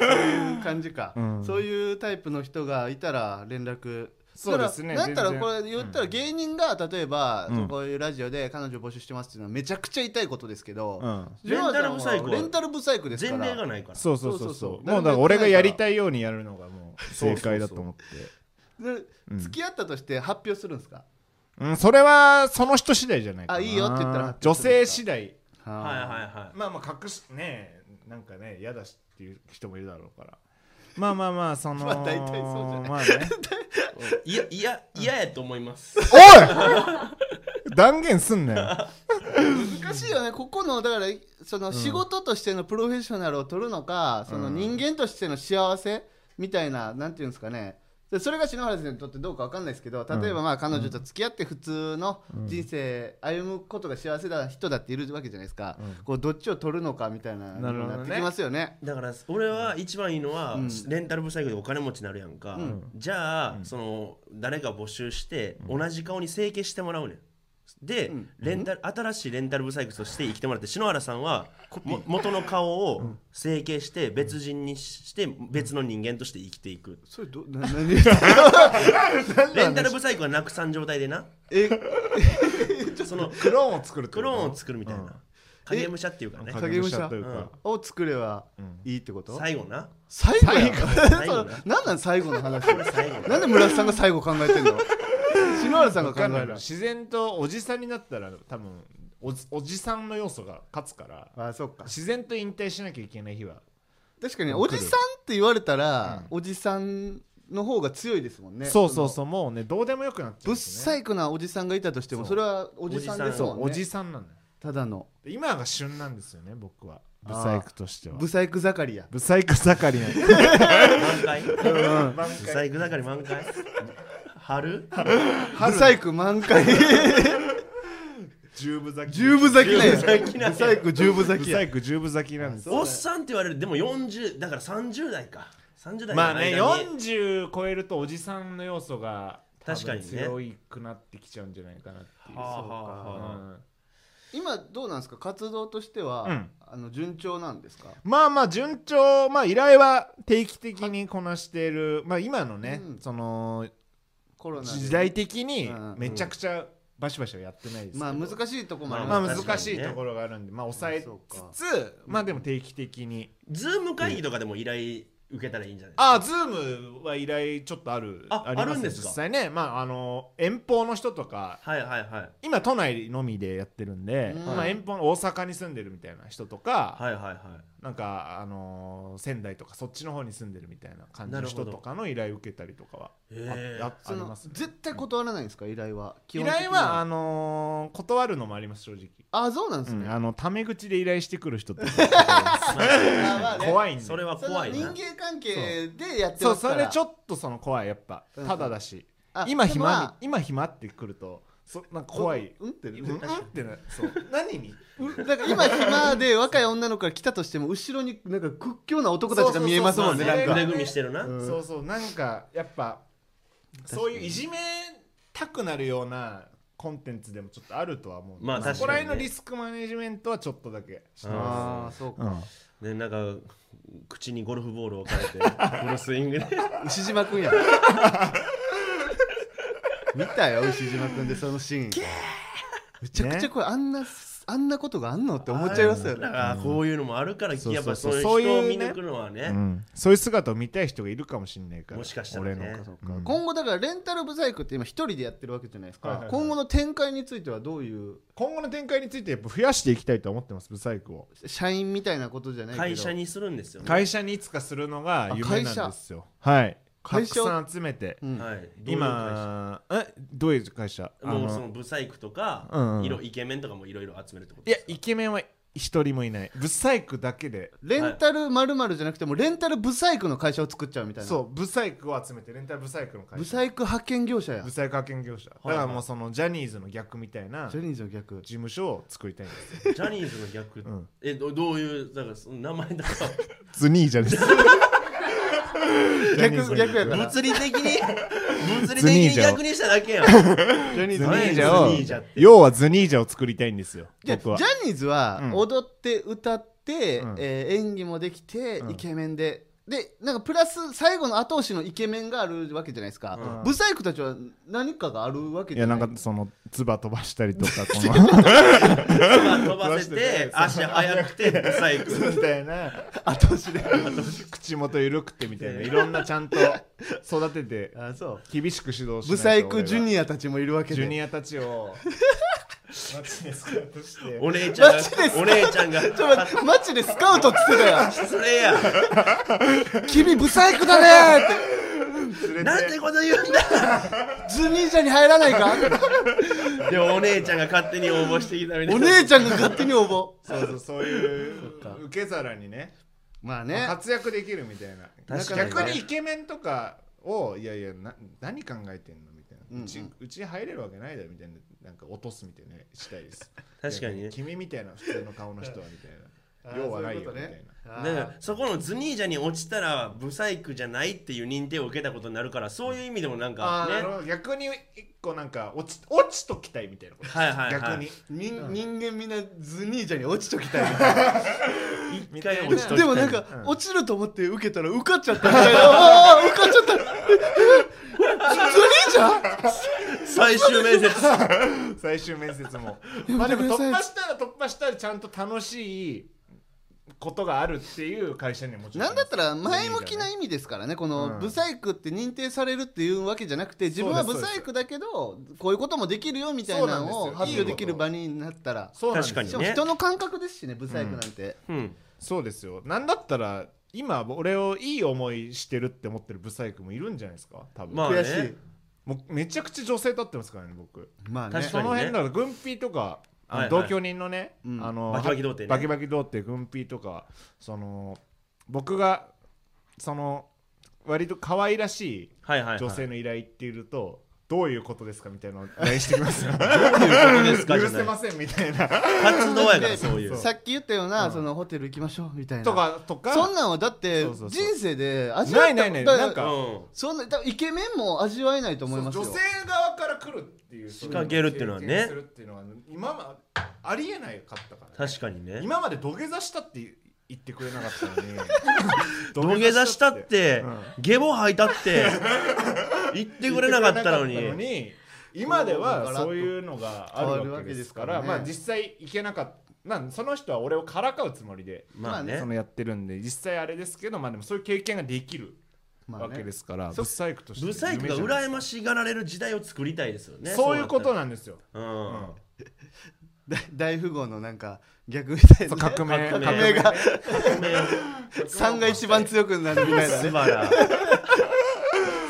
[SPEAKER 4] 感じか、
[SPEAKER 2] うん
[SPEAKER 4] そういうタイプの人がいたら連絡
[SPEAKER 2] そうですね
[SPEAKER 4] だからだったら
[SPEAKER 2] 全然
[SPEAKER 4] これ言ったら芸人が例えば、
[SPEAKER 2] うん
[SPEAKER 4] こういうラジオで彼女募集してますっていうのはめちゃくちゃ痛いことですけど、
[SPEAKER 2] うん
[SPEAKER 4] ジョナサンは
[SPEAKER 3] レンタルブサイクは
[SPEAKER 4] レンタルブサイクです
[SPEAKER 3] 前
[SPEAKER 4] から
[SPEAKER 3] 例がないから
[SPEAKER 2] そうそうそうそう
[SPEAKER 4] そうそうそう
[SPEAKER 2] もうだから俺がやりたいようにやるのがもう正解だと思って
[SPEAKER 4] で
[SPEAKER 2] うん
[SPEAKER 4] 付き合ったとして発表するんですか、
[SPEAKER 2] うんそれはその人次第じゃないかな
[SPEAKER 4] あいいよって言ったら
[SPEAKER 2] 女性次第
[SPEAKER 3] はいはい
[SPEAKER 4] い
[SPEAKER 3] は
[SPEAKER 2] まあまあ隠しねえなんかね嫌だしっていう人もいるだろうからまあまあまあその
[SPEAKER 4] まあ大体そうじゃない
[SPEAKER 2] まあね
[SPEAKER 3] いいやいや嫌やと思います
[SPEAKER 2] お い断言すんなよ
[SPEAKER 4] 難しいよねここのだからその仕事としてのプロフェッショナルを取るのか、その人間としての幸せみたいななんていうんですかねでそれが篠原先生にとってどうかわかんないですけど例えばまあ彼女と付き合って普通の人生歩むことが幸せな人だっているわけじゃないですか、こうどっちを取るのかみたいな
[SPEAKER 2] なるほどね
[SPEAKER 4] なってきますよね。
[SPEAKER 3] だから俺は一番いいのは、
[SPEAKER 4] うん
[SPEAKER 3] レンタルブサイクでお金持ちになるやんか、
[SPEAKER 4] うん
[SPEAKER 3] じゃあ、その誰か募集して、同じ顔に整形してもらうねんで、
[SPEAKER 4] うん
[SPEAKER 3] レンタル新しいレンタルブサイクとして生きてもらって篠原さんはも元の顔を整形して別人にしして別の人間として生きていく、
[SPEAKER 4] それど な何
[SPEAKER 3] レンタルブサイクはなくさん状態でな
[SPEAKER 4] え
[SPEAKER 3] その
[SPEAKER 2] クローンを作るって
[SPEAKER 3] ク
[SPEAKER 2] こと
[SPEAKER 3] ローンを作るみたいな、
[SPEAKER 2] うん
[SPEAKER 3] 影武者っていうかね
[SPEAKER 2] 影武者というか
[SPEAKER 4] を作ればいいってこと、
[SPEAKER 3] 最後な
[SPEAKER 4] 最後やん
[SPEAKER 3] 最
[SPEAKER 4] そ
[SPEAKER 3] 後
[SPEAKER 4] う
[SPEAKER 3] な
[SPEAKER 4] なんなん最後の話
[SPEAKER 3] 最後
[SPEAKER 4] なんで村瀬さんが最後考えてん の篠原さんが
[SPEAKER 2] わ
[SPEAKER 4] 考
[SPEAKER 2] か
[SPEAKER 4] え
[SPEAKER 2] んない
[SPEAKER 4] る
[SPEAKER 2] 自然とおじさんになったら多分おじおじさんの要素が勝つから
[SPEAKER 4] あそっか
[SPEAKER 2] 自然と引退しなきゃいけない日は
[SPEAKER 4] 確かにおじさんって言われたら、おじさんの方が強いですもんね
[SPEAKER 2] そうそう
[SPEAKER 4] う
[SPEAKER 2] そうもうねどうでもよくなっちゃ
[SPEAKER 4] ぶ
[SPEAKER 2] うん
[SPEAKER 4] っ
[SPEAKER 2] ですよ
[SPEAKER 4] さ
[SPEAKER 2] ね
[SPEAKER 4] いくなおじさんがいたとしても
[SPEAKER 2] そう
[SPEAKER 4] それはおじさんですもんね
[SPEAKER 2] おじさんなんだよ
[SPEAKER 4] ただの
[SPEAKER 2] で今が旬なんですよね僕はブサイクとしては
[SPEAKER 4] ブサイク盛りや
[SPEAKER 2] ブサイク盛りなんで
[SPEAKER 3] 満開満開細工だから満開春
[SPEAKER 4] ブサイク満 開
[SPEAKER 2] 十分咲き
[SPEAKER 4] 十分咲きなんや
[SPEAKER 3] 十分咲きなんや
[SPEAKER 4] ブサイク十分咲
[SPEAKER 2] ブ
[SPEAKER 4] き
[SPEAKER 2] サ
[SPEAKER 4] や
[SPEAKER 2] イク十分咲きなんですよ
[SPEAKER 3] おっさんって言われるでも40だから30代か30代の間に
[SPEAKER 2] まあね40超えるとおじさんの要素が多分
[SPEAKER 3] 確かにね
[SPEAKER 2] 強いくなってきちゃうんじゃないかなっていう
[SPEAKER 3] はあはあはあ
[SPEAKER 2] うん
[SPEAKER 4] 今どうなんですか活動としては、
[SPEAKER 2] うん
[SPEAKER 4] あの順調なんですか
[SPEAKER 2] まあまあ順調まあ依頼は定期的にこなしているまあ今のね
[SPEAKER 4] うん
[SPEAKER 2] その
[SPEAKER 4] コロナで
[SPEAKER 2] 時代的に
[SPEAKER 4] うんうん
[SPEAKER 2] めちゃくちゃバシバシはやってないですけど
[SPEAKER 4] まあ難しいとこもあり
[SPEAKER 2] まあ
[SPEAKER 4] ます
[SPEAKER 3] 確かにね
[SPEAKER 2] 難しいところがあるんでまあ抑え
[SPEAKER 4] そうか
[SPEAKER 2] つつまあでも定期的に
[SPEAKER 3] ズーム会議とかでも依頼受けたらいいんじゃない
[SPEAKER 2] ああ、ズームは依頼ちょっとある。
[SPEAKER 3] あ
[SPEAKER 2] ります
[SPEAKER 3] あるんですか
[SPEAKER 2] 実際ね、まあ、あの、遠方の人とか、
[SPEAKER 3] はいはいはい
[SPEAKER 2] 今都内のみでやってるんで、
[SPEAKER 4] うん
[SPEAKER 2] まあ、遠方の大阪に住んでるみたいな人とか、
[SPEAKER 3] はいはいはい
[SPEAKER 2] なんか、あのー仙台とかそっちの方に住んでるみたいな感じの人とかの依頼受けたりとかはあ,、
[SPEAKER 3] へえ
[SPEAKER 2] ああ
[SPEAKER 4] そ
[SPEAKER 2] り
[SPEAKER 4] の
[SPEAKER 2] ますね、
[SPEAKER 4] 絶対断らないんですか依頼は基
[SPEAKER 2] 依
[SPEAKER 4] 本的に
[SPEAKER 2] 頼はあのー断るのもあります正直、
[SPEAKER 4] あそうなんで
[SPEAKER 2] う
[SPEAKER 4] すね、
[SPEAKER 2] ん、あのタメ口で依頼してくる人って
[SPEAKER 4] あまあね
[SPEAKER 2] 怖いんで
[SPEAKER 3] それは
[SPEAKER 4] その
[SPEAKER 3] 怖い
[SPEAKER 4] 人
[SPEAKER 3] な
[SPEAKER 4] 間関係でやって
[SPEAKER 2] そう
[SPEAKER 4] ますか
[SPEAKER 2] そ
[SPEAKER 4] ら
[SPEAKER 2] れちょっとその怖いやっぱ
[SPEAKER 4] うん
[SPEAKER 2] ただだし、
[SPEAKER 4] あ
[SPEAKER 2] 今
[SPEAKER 4] でも
[SPEAKER 2] 暇に
[SPEAKER 4] まあ
[SPEAKER 2] 今暇ってくるとそなんか怖い
[SPEAKER 4] うんうんってね
[SPEAKER 2] うんってなそう何に
[SPEAKER 4] うんだから今暇で若い女の子から来たとしても後ろになんか屈強な男たちが見えますもん
[SPEAKER 2] そ
[SPEAKER 4] ね
[SPEAKER 2] う
[SPEAKER 4] な
[SPEAKER 2] そ
[SPEAKER 4] ん
[SPEAKER 2] うそう
[SPEAKER 4] か
[SPEAKER 3] 腕組みしてるな、
[SPEAKER 4] うん
[SPEAKER 2] そうそうなんかやっぱそういういじめたくなるようなコンテンツでもちょっとあるとは思う
[SPEAKER 3] まあ
[SPEAKER 2] そ
[SPEAKER 3] 確か
[SPEAKER 2] こら
[SPEAKER 3] にね
[SPEAKER 2] 辺のリスクマネジメントはちょっとだけしてま
[SPEAKER 4] ああそう
[SPEAKER 2] すう
[SPEAKER 4] か
[SPEAKER 2] ん
[SPEAKER 3] でなんか口にゴルフボールを置かれてフルスイングで
[SPEAKER 4] 牛島くんや 見たよ牛島くんでそのシーンめちゃくちゃこれあんなあんなことがあんのって思っちゃいますよ
[SPEAKER 3] だか
[SPEAKER 4] ね
[SPEAKER 3] らこういうのもあるから、
[SPEAKER 2] そう
[SPEAKER 3] やっぱ
[SPEAKER 2] そ
[SPEAKER 3] そうう
[SPEAKER 2] そう
[SPEAKER 3] いう
[SPEAKER 2] そういう
[SPEAKER 3] 人を
[SPEAKER 2] ね
[SPEAKER 3] 見抜くのはね
[SPEAKER 2] うんそういう姿を見たい人がいるかもしれないから
[SPEAKER 3] もしかしたらね
[SPEAKER 2] 俺の
[SPEAKER 4] そうか
[SPEAKER 2] うん
[SPEAKER 4] 今後だからレンタルブサイクって今一人でやってるわけじゃないです
[SPEAKER 2] はいは
[SPEAKER 4] か
[SPEAKER 2] いはい
[SPEAKER 4] 今後の展開についてはどういう
[SPEAKER 2] 今後の展開についてやっぱ増やしていきたいと思ってますブサイクを
[SPEAKER 4] 社員みたいなことじゃないけど
[SPEAKER 3] 会社にするんですよね
[SPEAKER 2] 会社にいつかするのが夢なんですよはい
[SPEAKER 4] 会社
[SPEAKER 2] たくさん集めて
[SPEAKER 4] うん
[SPEAKER 3] はい、どういう会
[SPEAKER 2] 今えどういう会社
[SPEAKER 3] 社もうそのブサイクとか、
[SPEAKER 2] うんうん
[SPEAKER 3] 色イケメンとかもいろいろ集めるってこと
[SPEAKER 2] いや
[SPEAKER 3] ですか
[SPEAKER 2] イケメンは一人もいないブサイクだけで
[SPEAKER 4] レンタルまるじゃなくてもレンタルブサイクの会社を作っちゃうみたいな
[SPEAKER 2] そうブサイクを集めてレンタルブサイクの会社
[SPEAKER 4] ブサイク派遣業者や
[SPEAKER 2] ブサイク派遣業者だ
[SPEAKER 3] いは
[SPEAKER 2] か
[SPEAKER 3] い
[SPEAKER 2] らもうそのジャニーズの逆みたいな
[SPEAKER 4] ジャ
[SPEAKER 2] 事
[SPEAKER 4] ニーズの逆
[SPEAKER 2] 務所を作りたいんですよ
[SPEAKER 3] ジャニーズの逆、
[SPEAKER 2] ん
[SPEAKER 3] えどどういうだからその名前だか
[SPEAKER 2] ズニーじゃないです
[SPEAKER 4] 逆逆 やからら
[SPEAKER 3] 物理的に物理的
[SPEAKER 2] ズニー
[SPEAKER 3] に
[SPEAKER 2] ジャ
[SPEAKER 3] 逆にしただけ やん
[SPEAKER 4] ジャニ
[SPEAKER 2] ズ
[SPEAKER 4] ーズ
[SPEAKER 2] ニ
[SPEAKER 4] の
[SPEAKER 2] ー
[SPEAKER 4] 逆
[SPEAKER 2] ジャを
[SPEAKER 3] ズニージャって
[SPEAKER 2] 要はズニージャを作りたいんですよ
[SPEAKER 4] じゃジ
[SPEAKER 2] 僕
[SPEAKER 4] ャ
[SPEAKER 2] は
[SPEAKER 4] ニーズは
[SPEAKER 2] うん
[SPEAKER 4] 踊って歌って、
[SPEAKER 2] うん
[SPEAKER 4] えー演技もできて、
[SPEAKER 2] うん
[SPEAKER 4] イケメンででなんかプラス最後の後押しのイケメンがあるわけじゃないですか、
[SPEAKER 2] うん
[SPEAKER 4] ブサイクたちは何かがあるわけ
[SPEAKER 2] い
[SPEAKER 4] じゃ
[SPEAKER 2] や
[SPEAKER 4] な
[SPEAKER 2] ないんかその唾飛ばしたりとかこ
[SPEAKER 3] 飛ばせて足速くてブサイク
[SPEAKER 2] のみたいな
[SPEAKER 4] 後押しで
[SPEAKER 2] 口元緩くてみたいないろんなちゃんと育てて
[SPEAKER 4] あそう
[SPEAKER 2] 厳しく指導しないと
[SPEAKER 4] ブサイクジュ
[SPEAKER 2] 俺が
[SPEAKER 4] ニアたちもいるわけで
[SPEAKER 2] ジュニアたちをマジでスカウトして
[SPEAKER 3] お姉ちゃんが
[SPEAKER 4] マジですか
[SPEAKER 3] お姉ちゃんが
[SPEAKER 4] ちょっと待ってマジでスカウトっつってた よ
[SPEAKER 3] それや
[SPEAKER 4] 君ブサイクだねーって
[SPEAKER 3] なんてこと言うんだ
[SPEAKER 4] ジュニージャに入らないか
[SPEAKER 3] でもお姉ちゃんが勝手に応募してきたみたいな
[SPEAKER 4] お姉ちゃんが勝手に応募
[SPEAKER 2] そうそうそういう
[SPEAKER 4] っか
[SPEAKER 2] 受け皿にね
[SPEAKER 4] まあね
[SPEAKER 2] 活躍できるみたいな
[SPEAKER 3] 確かにね
[SPEAKER 2] 逆にイケメンとかをいやいやな何考えてんのみたいな、
[SPEAKER 4] うんうん
[SPEAKER 2] うちうち入れるわけないだろみたいななんか落とすみたいなしたいです
[SPEAKER 3] 確かにね
[SPEAKER 2] いや君みたいな普通の顔の人はみたい
[SPEAKER 4] あ
[SPEAKER 2] な
[SPEAKER 4] ー
[SPEAKER 2] 用はないよみ
[SPEAKER 4] そう
[SPEAKER 2] た
[SPEAKER 4] う
[SPEAKER 2] い
[SPEAKER 4] こ
[SPEAKER 2] な
[SPEAKER 4] とね
[SPEAKER 3] だからそこのズニージャに落ちたらブサイクじゃないっていう認定を受けたことになるからそういう意味でもなん
[SPEAKER 2] あ
[SPEAKER 3] か
[SPEAKER 2] ーなる
[SPEAKER 3] ね
[SPEAKER 2] ほど逆に一個なんか落ち落ちときたいみたいなこと、
[SPEAKER 3] はいはいはい
[SPEAKER 2] 逆に
[SPEAKER 4] 人人間みんなズニージャに落ちときたいみたいな
[SPEAKER 3] 一回落ちときたい
[SPEAKER 4] でもなんか、
[SPEAKER 2] うん
[SPEAKER 4] 落ちると思って受けたら受かっちゃったみたいなああ受かっちゃったズニージャ
[SPEAKER 3] 最終面 接
[SPEAKER 2] 最終面接も
[SPEAKER 4] や
[SPEAKER 2] まあでも
[SPEAKER 4] めてくださ
[SPEAKER 2] 突
[SPEAKER 4] い
[SPEAKER 2] 破したら突破したらちゃんと楽しいことがあるっていう会社にはもちろん
[SPEAKER 4] なんだったら前向きな意味ですからねこ
[SPEAKER 2] う
[SPEAKER 4] の
[SPEAKER 2] ん
[SPEAKER 4] ブサイクって認定されるっていうわけじゃなくて自分はブサイクだけどこういうこともできるよみたいなの
[SPEAKER 2] そう
[SPEAKER 4] を
[SPEAKER 2] なん
[SPEAKER 4] 発
[SPEAKER 2] ですよ
[SPEAKER 4] 表できる場になったら
[SPEAKER 2] そうなんです
[SPEAKER 3] 確かに
[SPEAKER 4] しかも人の感覚ですしねブサイクなんて、
[SPEAKER 3] うん
[SPEAKER 2] そうですよなんだったら今俺をいい思いしてるって思ってるブサイクもいるんじゃないですか多分、
[SPEAKER 3] まあね
[SPEAKER 4] 悔しい
[SPEAKER 2] もうめちゃくちゃ女性立ってますからね僕
[SPEAKER 4] まあね
[SPEAKER 3] 確
[SPEAKER 2] そ
[SPEAKER 3] かに
[SPEAKER 2] の辺だから軍ピとかあの
[SPEAKER 3] はいはい
[SPEAKER 2] 同居人のね、
[SPEAKER 4] うん
[SPEAKER 2] あの
[SPEAKER 3] バキバキ童貞ね
[SPEAKER 2] バキバキ童貞軍ピとかその僕がその割と可愛らしい
[SPEAKER 3] はいはいはい
[SPEAKER 2] 女性の依頼っていうと、どういうことですかみたいなのを LINE してきますよ
[SPEAKER 3] どういうことです かじ
[SPEAKER 2] 許
[SPEAKER 3] ゃな
[SPEAKER 2] せ
[SPEAKER 3] い
[SPEAKER 2] ませんみたいな
[SPEAKER 3] 活動やからそういう
[SPEAKER 4] さっき言ったような、
[SPEAKER 2] うん
[SPEAKER 4] そのホテル行きましょうみたいな
[SPEAKER 2] とかとか
[SPEAKER 4] そんなんはだって
[SPEAKER 2] そうそう
[SPEAKER 4] 人
[SPEAKER 2] そう
[SPEAKER 4] 生で味わ
[SPEAKER 2] な
[SPEAKER 4] え
[SPEAKER 2] いないない
[SPEAKER 4] だ
[SPEAKER 2] なん
[SPEAKER 3] う
[SPEAKER 2] か
[SPEAKER 3] ん
[SPEAKER 4] そんな多分イケメンも味わえないと思います
[SPEAKER 2] そう
[SPEAKER 4] よ
[SPEAKER 2] 女性側から来るっていう仕
[SPEAKER 3] 掛けるっていうのはね
[SPEAKER 2] するっていうのは今までありえないかったから、ね、
[SPEAKER 3] 確かにね
[SPEAKER 2] 今まで土下座したって言ってくれなかった のに
[SPEAKER 3] 土下座したって
[SPEAKER 2] うん
[SPEAKER 3] 下ボ吐いたって言ってくれなかったの
[SPEAKER 2] 言ってくれなかったの
[SPEAKER 3] に
[SPEAKER 2] に今ではそういうのがあるわけですから
[SPEAKER 4] 変わる
[SPEAKER 2] まあ
[SPEAKER 4] わけで
[SPEAKER 2] 実
[SPEAKER 4] す
[SPEAKER 2] 際いけなかったなんその人は俺をからかうつもりで
[SPEAKER 3] まあ
[SPEAKER 4] まあね
[SPEAKER 3] ね
[SPEAKER 2] そのやってるんで実際あれですけどまあでもそういう経験ができる
[SPEAKER 4] まあね
[SPEAKER 2] わけですから、
[SPEAKER 4] そ
[SPEAKER 2] ブサイクとして
[SPEAKER 3] ブサイクが
[SPEAKER 2] 夢じゃない
[SPEAKER 3] 羨ましがられる時代を作りたいですよね
[SPEAKER 2] そういうこと
[SPEAKER 3] な
[SPEAKER 2] なんですよ、
[SPEAKER 3] うん
[SPEAKER 4] だ大富豪のなんか逆みたい
[SPEAKER 2] そう
[SPEAKER 4] な、ね、
[SPEAKER 2] 革命
[SPEAKER 3] 革命
[SPEAKER 4] 目が
[SPEAKER 2] 三
[SPEAKER 4] 3が一番強くなるみたいな
[SPEAKER 3] 素
[SPEAKER 4] ね
[SPEAKER 3] 晴ら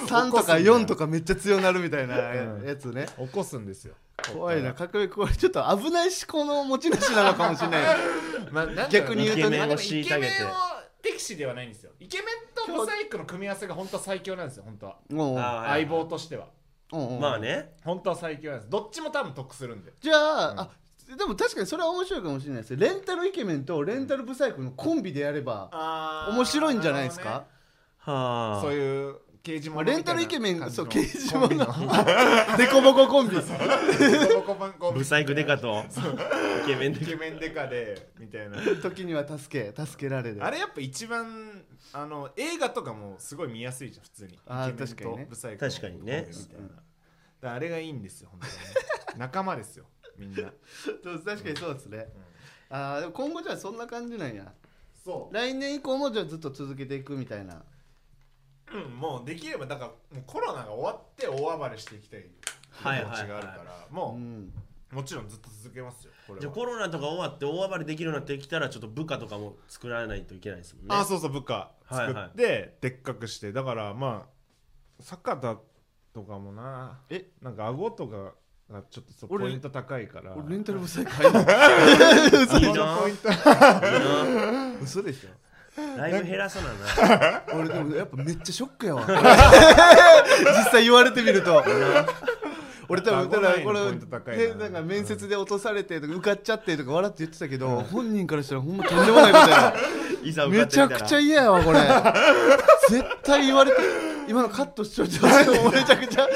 [SPEAKER 4] 3とか4とかめっちゃ強なるみたいなやつね
[SPEAKER 2] 起こすんですよ
[SPEAKER 4] 怖いなかっこいいこれちょっと危ない思考の持ち主なのかもしれない
[SPEAKER 2] まあ、なんだろ
[SPEAKER 4] 逆に言うとね
[SPEAKER 2] まあでも
[SPEAKER 3] イケメンを
[SPEAKER 2] イケメンを敵視ではないんですよイケメンとブサイクの組み合わせが本当は最強なんですよ本当は
[SPEAKER 4] もう
[SPEAKER 3] あはい
[SPEAKER 2] 相棒としては
[SPEAKER 4] うんうん
[SPEAKER 3] まあね
[SPEAKER 2] 本当は最強なんですどっちも多分得するんで
[SPEAKER 4] じゃあ,、あでも確かにそれは面白いかもしれないですレンタルイケメンとレンタルブサイクのコンビでやれば
[SPEAKER 2] あ
[SPEAKER 4] 面白いんじゃないですか、
[SPEAKER 3] はあ
[SPEAKER 2] そういう刑事
[SPEAKER 4] まあ
[SPEAKER 2] 物
[SPEAKER 4] レンタルイケメ
[SPEAKER 2] みたい
[SPEAKER 4] ン
[SPEAKER 2] な
[SPEAKER 4] そう
[SPEAKER 2] 感
[SPEAKER 4] 刑
[SPEAKER 2] じ
[SPEAKER 4] 事
[SPEAKER 2] の
[SPEAKER 4] 物のデコボココンビ
[SPEAKER 2] コンビのコンビ
[SPEAKER 3] ブサイクデカとイケメン
[SPEAKER 2] イ
[SPEAKER 3] デ
[SPEAKER 2] ケメンデカでみた いな
[SPEAKER 4] 時には助け助けられる
[SPEAKER 2] あれやっぱ一番あの映画とかもすごい見やすいじゃん普通に
[SPEAKER 4] あー
[SPEAKER 2] イケメンと
[SPEAKER 4] 確かにね
[SPEAKER 2] ブサイクの
[SPEAKER 3] 確かにね
[SPEAKER 2] みたいなだからあれがいいんですよ本当にね仲間ですよみんな
[SPEAKER 4] そう確かにそうですね、あーでも今後じゃあそんな感じなんや
[SPEAKER 2] そう
[SPEAKER 4] 来年以降もじゃあずっと続けていくみたいな
[SPEAKER 2] うん、もうできればだからもうコロナが終わって大暴れしていきたい気持ちが
[SPEAKER 3] はい
[SPEAKER 2] あ
[SPEAKER 3] はい
[SPEAKER 2] る
[SPEAKER 3] はい
[SPEAKER 2] から、
[SPEAKER 4] う
[SPEAKER 2] も
[SPEAKER 4] ん
[SPEAKER 2] うもちろんずっと続けますよこれ
[SPEAKER 3] じゃあ
[SPEAKER 2] は
[SPEAKER 3] コロナとか終わって大暴れできるようになってきたらちょっと部下とかも作らないといけないですもんね
[SPEAKER 2] あそうそう部下作って、
[SPEAKER 3] はい
[SPEAKER 2] でっかくしてだからまあ坂田とかもな
[SPEAKER 4] え
[SPEAKER 2] なんか顎とかあちょっとそう
[SPEAKER 4] 俺
[SPEAKER 2] ポイント高いから
[SPEAKER 4] 俺レンタルブサイク 入んない
[SPEAKER 3] いいな
[SPEAKER 2] ポイント
[SPEAKER 4] 嘘でしょ
[SPEAKER 3] ライブ減らさなな
[SPEAKER 4] 俺でもやっぱめっちゃショックやわ 実際言われてみると 俺多分だからこ
[SPEAKER 2] 顎のラインのポイント高い
[SPEAKER 4] れ
[SPEAKER 2] な
[SPEAKER 4] ねなんか面接で落とされてとか受かっちゃってとか笑って言ってたけど本人からしたらほんまとんでもないことや
[SPEAKER 3] い ざ受か
[SPEAKER 4] め
[SPEAKER 3] って
[SPEAKER 4] ちゃ
[SPEAKER 3] みたら
[SPEAKER 4] くちゃ嫌やわこ れ絶対言われて今のカットしちゃってほしいのめちゃくちゃ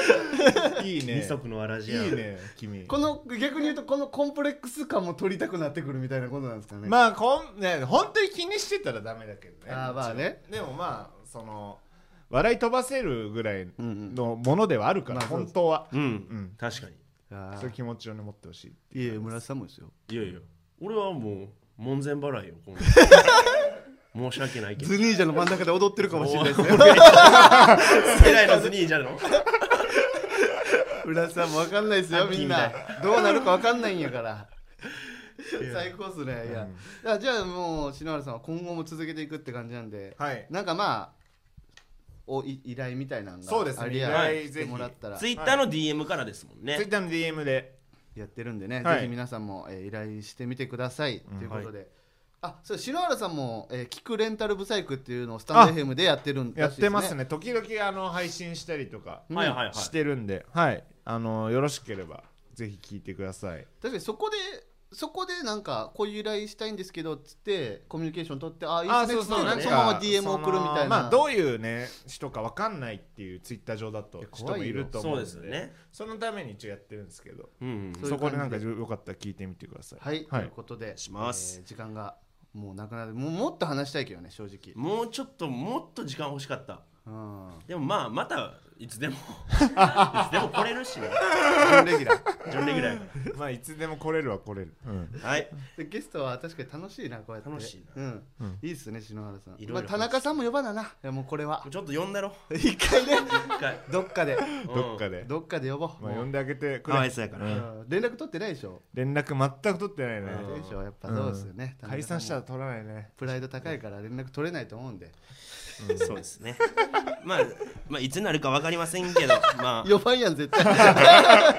[SPEAKER 2] いいね
[SPEAKER 3] 二足のわら
[SPEAKER 2] い
[SPEAKER 3] じ
[SPEAKER 2] い
[SPEAKER 3] やん
[SPEAKER 2] ね君
[SPEAKER 4] この逆に言うとこのコンプレックス感も取りたくなってくるみたいなことなんですかね、
[SPEAKER 2] まあこんね本当に気にしてたらダメだけどね
[SPEAKER 4] あーまあね
[SPEAKER 2] でもまあその笑い飛ばせるぐらい
[SPEAKER 4] うんうん
[SPEAKER 2] のものではあるから、
[SPEAKER 4] まあそう
[SPEAKER 2] 本当は、
[SPEAKER 3] うん、
[SPEAKER 2] ん
[SPEAKER 3] 確かに
[SPEAKER 4] あ
[SPEAKER 2] そういう気持ちをね持ってほしい
[SPEAKER 4] ーいやいや村瀬さんもですよ
[SPEAKER 3] いやいや俺はもう門前払いよこんな申し訳ないけど
[SPEAKER 4] ズニージャの真ん中で踊ってるかもしれないですね
[SPEAKER 3] 世代のズニーじゃの
[SPEAKER 4] 村瀬さんも分かんないですよ
[SPEAKER 3] ラッキー
[SPEAKER 4] み
[SPEAKER 3] み
[SPEAKER 4] んなどうなるか分かんないんや から最高っすねいや
[SPEAKER 2] うん、
[SPEAKER 4] だからじゃあもう篠原さんは今後も続けていくって感じなんで
[SPEAKER 2] はい
[SPEAKER 4] なんかまあおい依頼みたいなの
[SPEAKER 2] そうです
[SPEAKER 4] が
[SPEAKER 2] ね
[SPEAKER 4] ありや
[SPEAKER 2] 依頼
[SPEAKER 4] してもらったら
[SPEAKER 3] ツイッターの DM からですもんね、
[SPEAKER 2] ツイッターの DM で
[SPEAKER 4] やってるんでね、
[SPEAKER 2] はい
[SPEAKER 4] ぜひ皆さんも、えー依頼してみてください、
[SPEAKER 2] ん
[SPEAKER 4] ということで、あそう篠原さんも、えー、聞くレンタルブサイクっていうのをスタンド FM でやってるん
[SPEAKER 2] や
[SPEAKER 4] ら
[SPEAKER 2] っ
[SPEAKER 4] し
[SPEAKER 2] て
[SPEAKER 4] いですね
[SPEAKER 2] ますね時々あの配信したりとか
[SPEAKER 3] はいはいはい
[SPEAKER 2] してるんではい、あのよろしければぜひ聞いてください
[SPEAKER 4] 確かにそこでそこでなんかこういう依頼したいんですけどっつってコミュニケーション取ってああいい
[SPEAKER 2] あ
[SPEAKER 4] で
[SPEAKER 2] ー
[SPEAKER 4] す
[SPEAKER 2] そ
[SPEAKER 4] ね
[SPEAKER 2] う
[SPEAKER 4] っつって
[SPEAKER 2] そうなんか
[SPEAKER 4] そのまま DM 送るみた
[SPEAKER 2] そ
[SPEAKER 4] いな
[SPEAKER 2] のまあどういうね人かわかんないっていうツイッター上だと
[SPEAKER 4] や
[SPEAKER 2] 人
[SPEAKER 4] 怖い
[SPEAKER 2] も
[SPEAKER 4] よ
[SPEAKER 2] いると思
[SPEAKER 3] そううんですよね
[SPEAKER 2] そのために一応やってるんですけど
[SPEAKER 3] うん
[SPEAKER 4] そうい
[SPEAKER 2] そ
[SPEAKER 4] う感じで
[SPEAKER 2] こでなんかよかったら聞いてみてください
[SPEAKER 4] はい、
[SPEAKER 2] は
[SPEAKER 4] と
[SPEAKER 2] い
[SPEAKER 4] い、
[SPEAKER 2] う
[SPEAKER 4] ことで
[SPEAKER 3] します
[SPEAKER 4] えー時間がもうなくなるもうもっと話したいけどね正直
[SPEAKER 3] もうちょっともっと時間欲しかった
[SPEAKER 4] うん
[SPEAKER 3] でもまあまたいつで もいつでも来れるしね準レギュラー準レギュラーやか
[SPEAKER 2] まあいつでも来れるは来れる、うん、
[SPEAKER 3] らはい
[SPEAKER 4] でゲストは確かに楽しいなこうやって
[SPEAKER 3] 楽しい
[SPEAKER 4] なうん、
[SPEAKER 2] うん
[SPEAKER 4] いいっすね篠原さん
[SPEAKER 3] いろいろ
[SPEAKER 4] まあ、田中さんも呼ばなないやもうこ れは
[SPEAKER 3] ちょっと呼んだろ
[SPEAKER 4] 一回ね
[SPEAKER 3] 一 回
[SPEAKER 4] どっかで
[SPEAKER 2] どっかで、
[SPEAKER 4] どっかで呼ぼう,
[SPEAKER 2] まあ、
[SPEAKER 4] もう、
[SPEAKER 2] 呼んであげてく
[SPEAKER 3] か
[SPEAKER 2] れ
[SPEAKER 3] わいそうやから、
[SPEAKER 4] うん連絡取ってないでしょ、
[SPEAKER 2] 連絡全く取ってないね、
[SPEAKER 3] うん
[SPEAKER 4] でしょやっぱそうですよね、田中さんも
[SPEAKER 2] 解散したら取らないね
[SPEAKER 4] プライド高いから連絡取れないと思うんで
[SPEAKER 3] そうですねまあまあいつになるかわかりませんけどまあ
[SPEAKER 4] 呼ばんやん絶 対まあ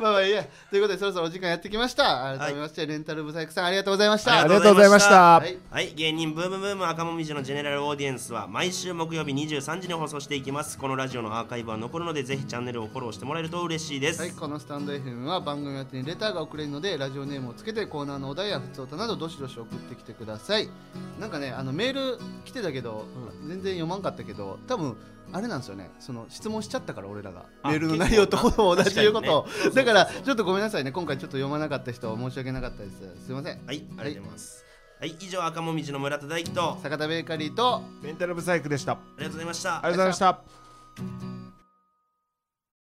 [SPEAKER 4] まあいいやということでそろそろお時間やってきました改めまして、レンタルブサイクさんありがとうございました
[SPEAKER 3] あ
[SPEAKER 2] あ
[SPEAKER 3] り
[SPEAKER 2] り
[SPEAKER 3] が
[SPEAKER 2] が
[SPEAKER 3] とう
[SPEAKER 2] とう
[SPEAKER 3] ご
[SPEAKER 2] ご
[SPEAKER 3] ざ
[SPEAKER 2] ざ
[SPEAKER 3] い
[SPEAKER 2] い
[SPEAKER 3] ま
[SPEAKER 2] ま
[SPEAKER 3] し
[SPEAKER 2] したた
[SPEAKER 4] はい
[SPEAKER 3] はい、芸人ブームブーム赤もみじのジェネラルオーディエンスは毎週木曜日23時に放送していきますこのラジオのアーカイブは残るのでぜひチャンネルをフォローしてもらえると嬉しいです、
[SPEAKER 4] はい、このスタンド FM は番組宛てにレターが送れるのでラジオネームをつけてコーナーのお題や普通歌などどしどし送ってきてくださいなんかねあのメール来てたけど、全然読まんかったけど多分あれなんですよねその質問しちゃったから俺らが
[SPEAKER 3] あ
[SPEAKER 4] メールの内容とほぼ同じいうことを
[SPEAKER 3] 結構な
[SPEAKER 4] だからちょっとごめんなさいね今回ちょっと読まなかった人申し訳なかったですすいません
[SPEAKER 3] はい、ありがとうございます。はい、以上赤もみじの村田大樹とありがと
[SPEAKER 4] 坂田ベーカリーと
[SPEAKER 2] レンタルブサイクでしたあ
[SPEAKER 3] うございました。
[SPEAKER 2] りがとうございました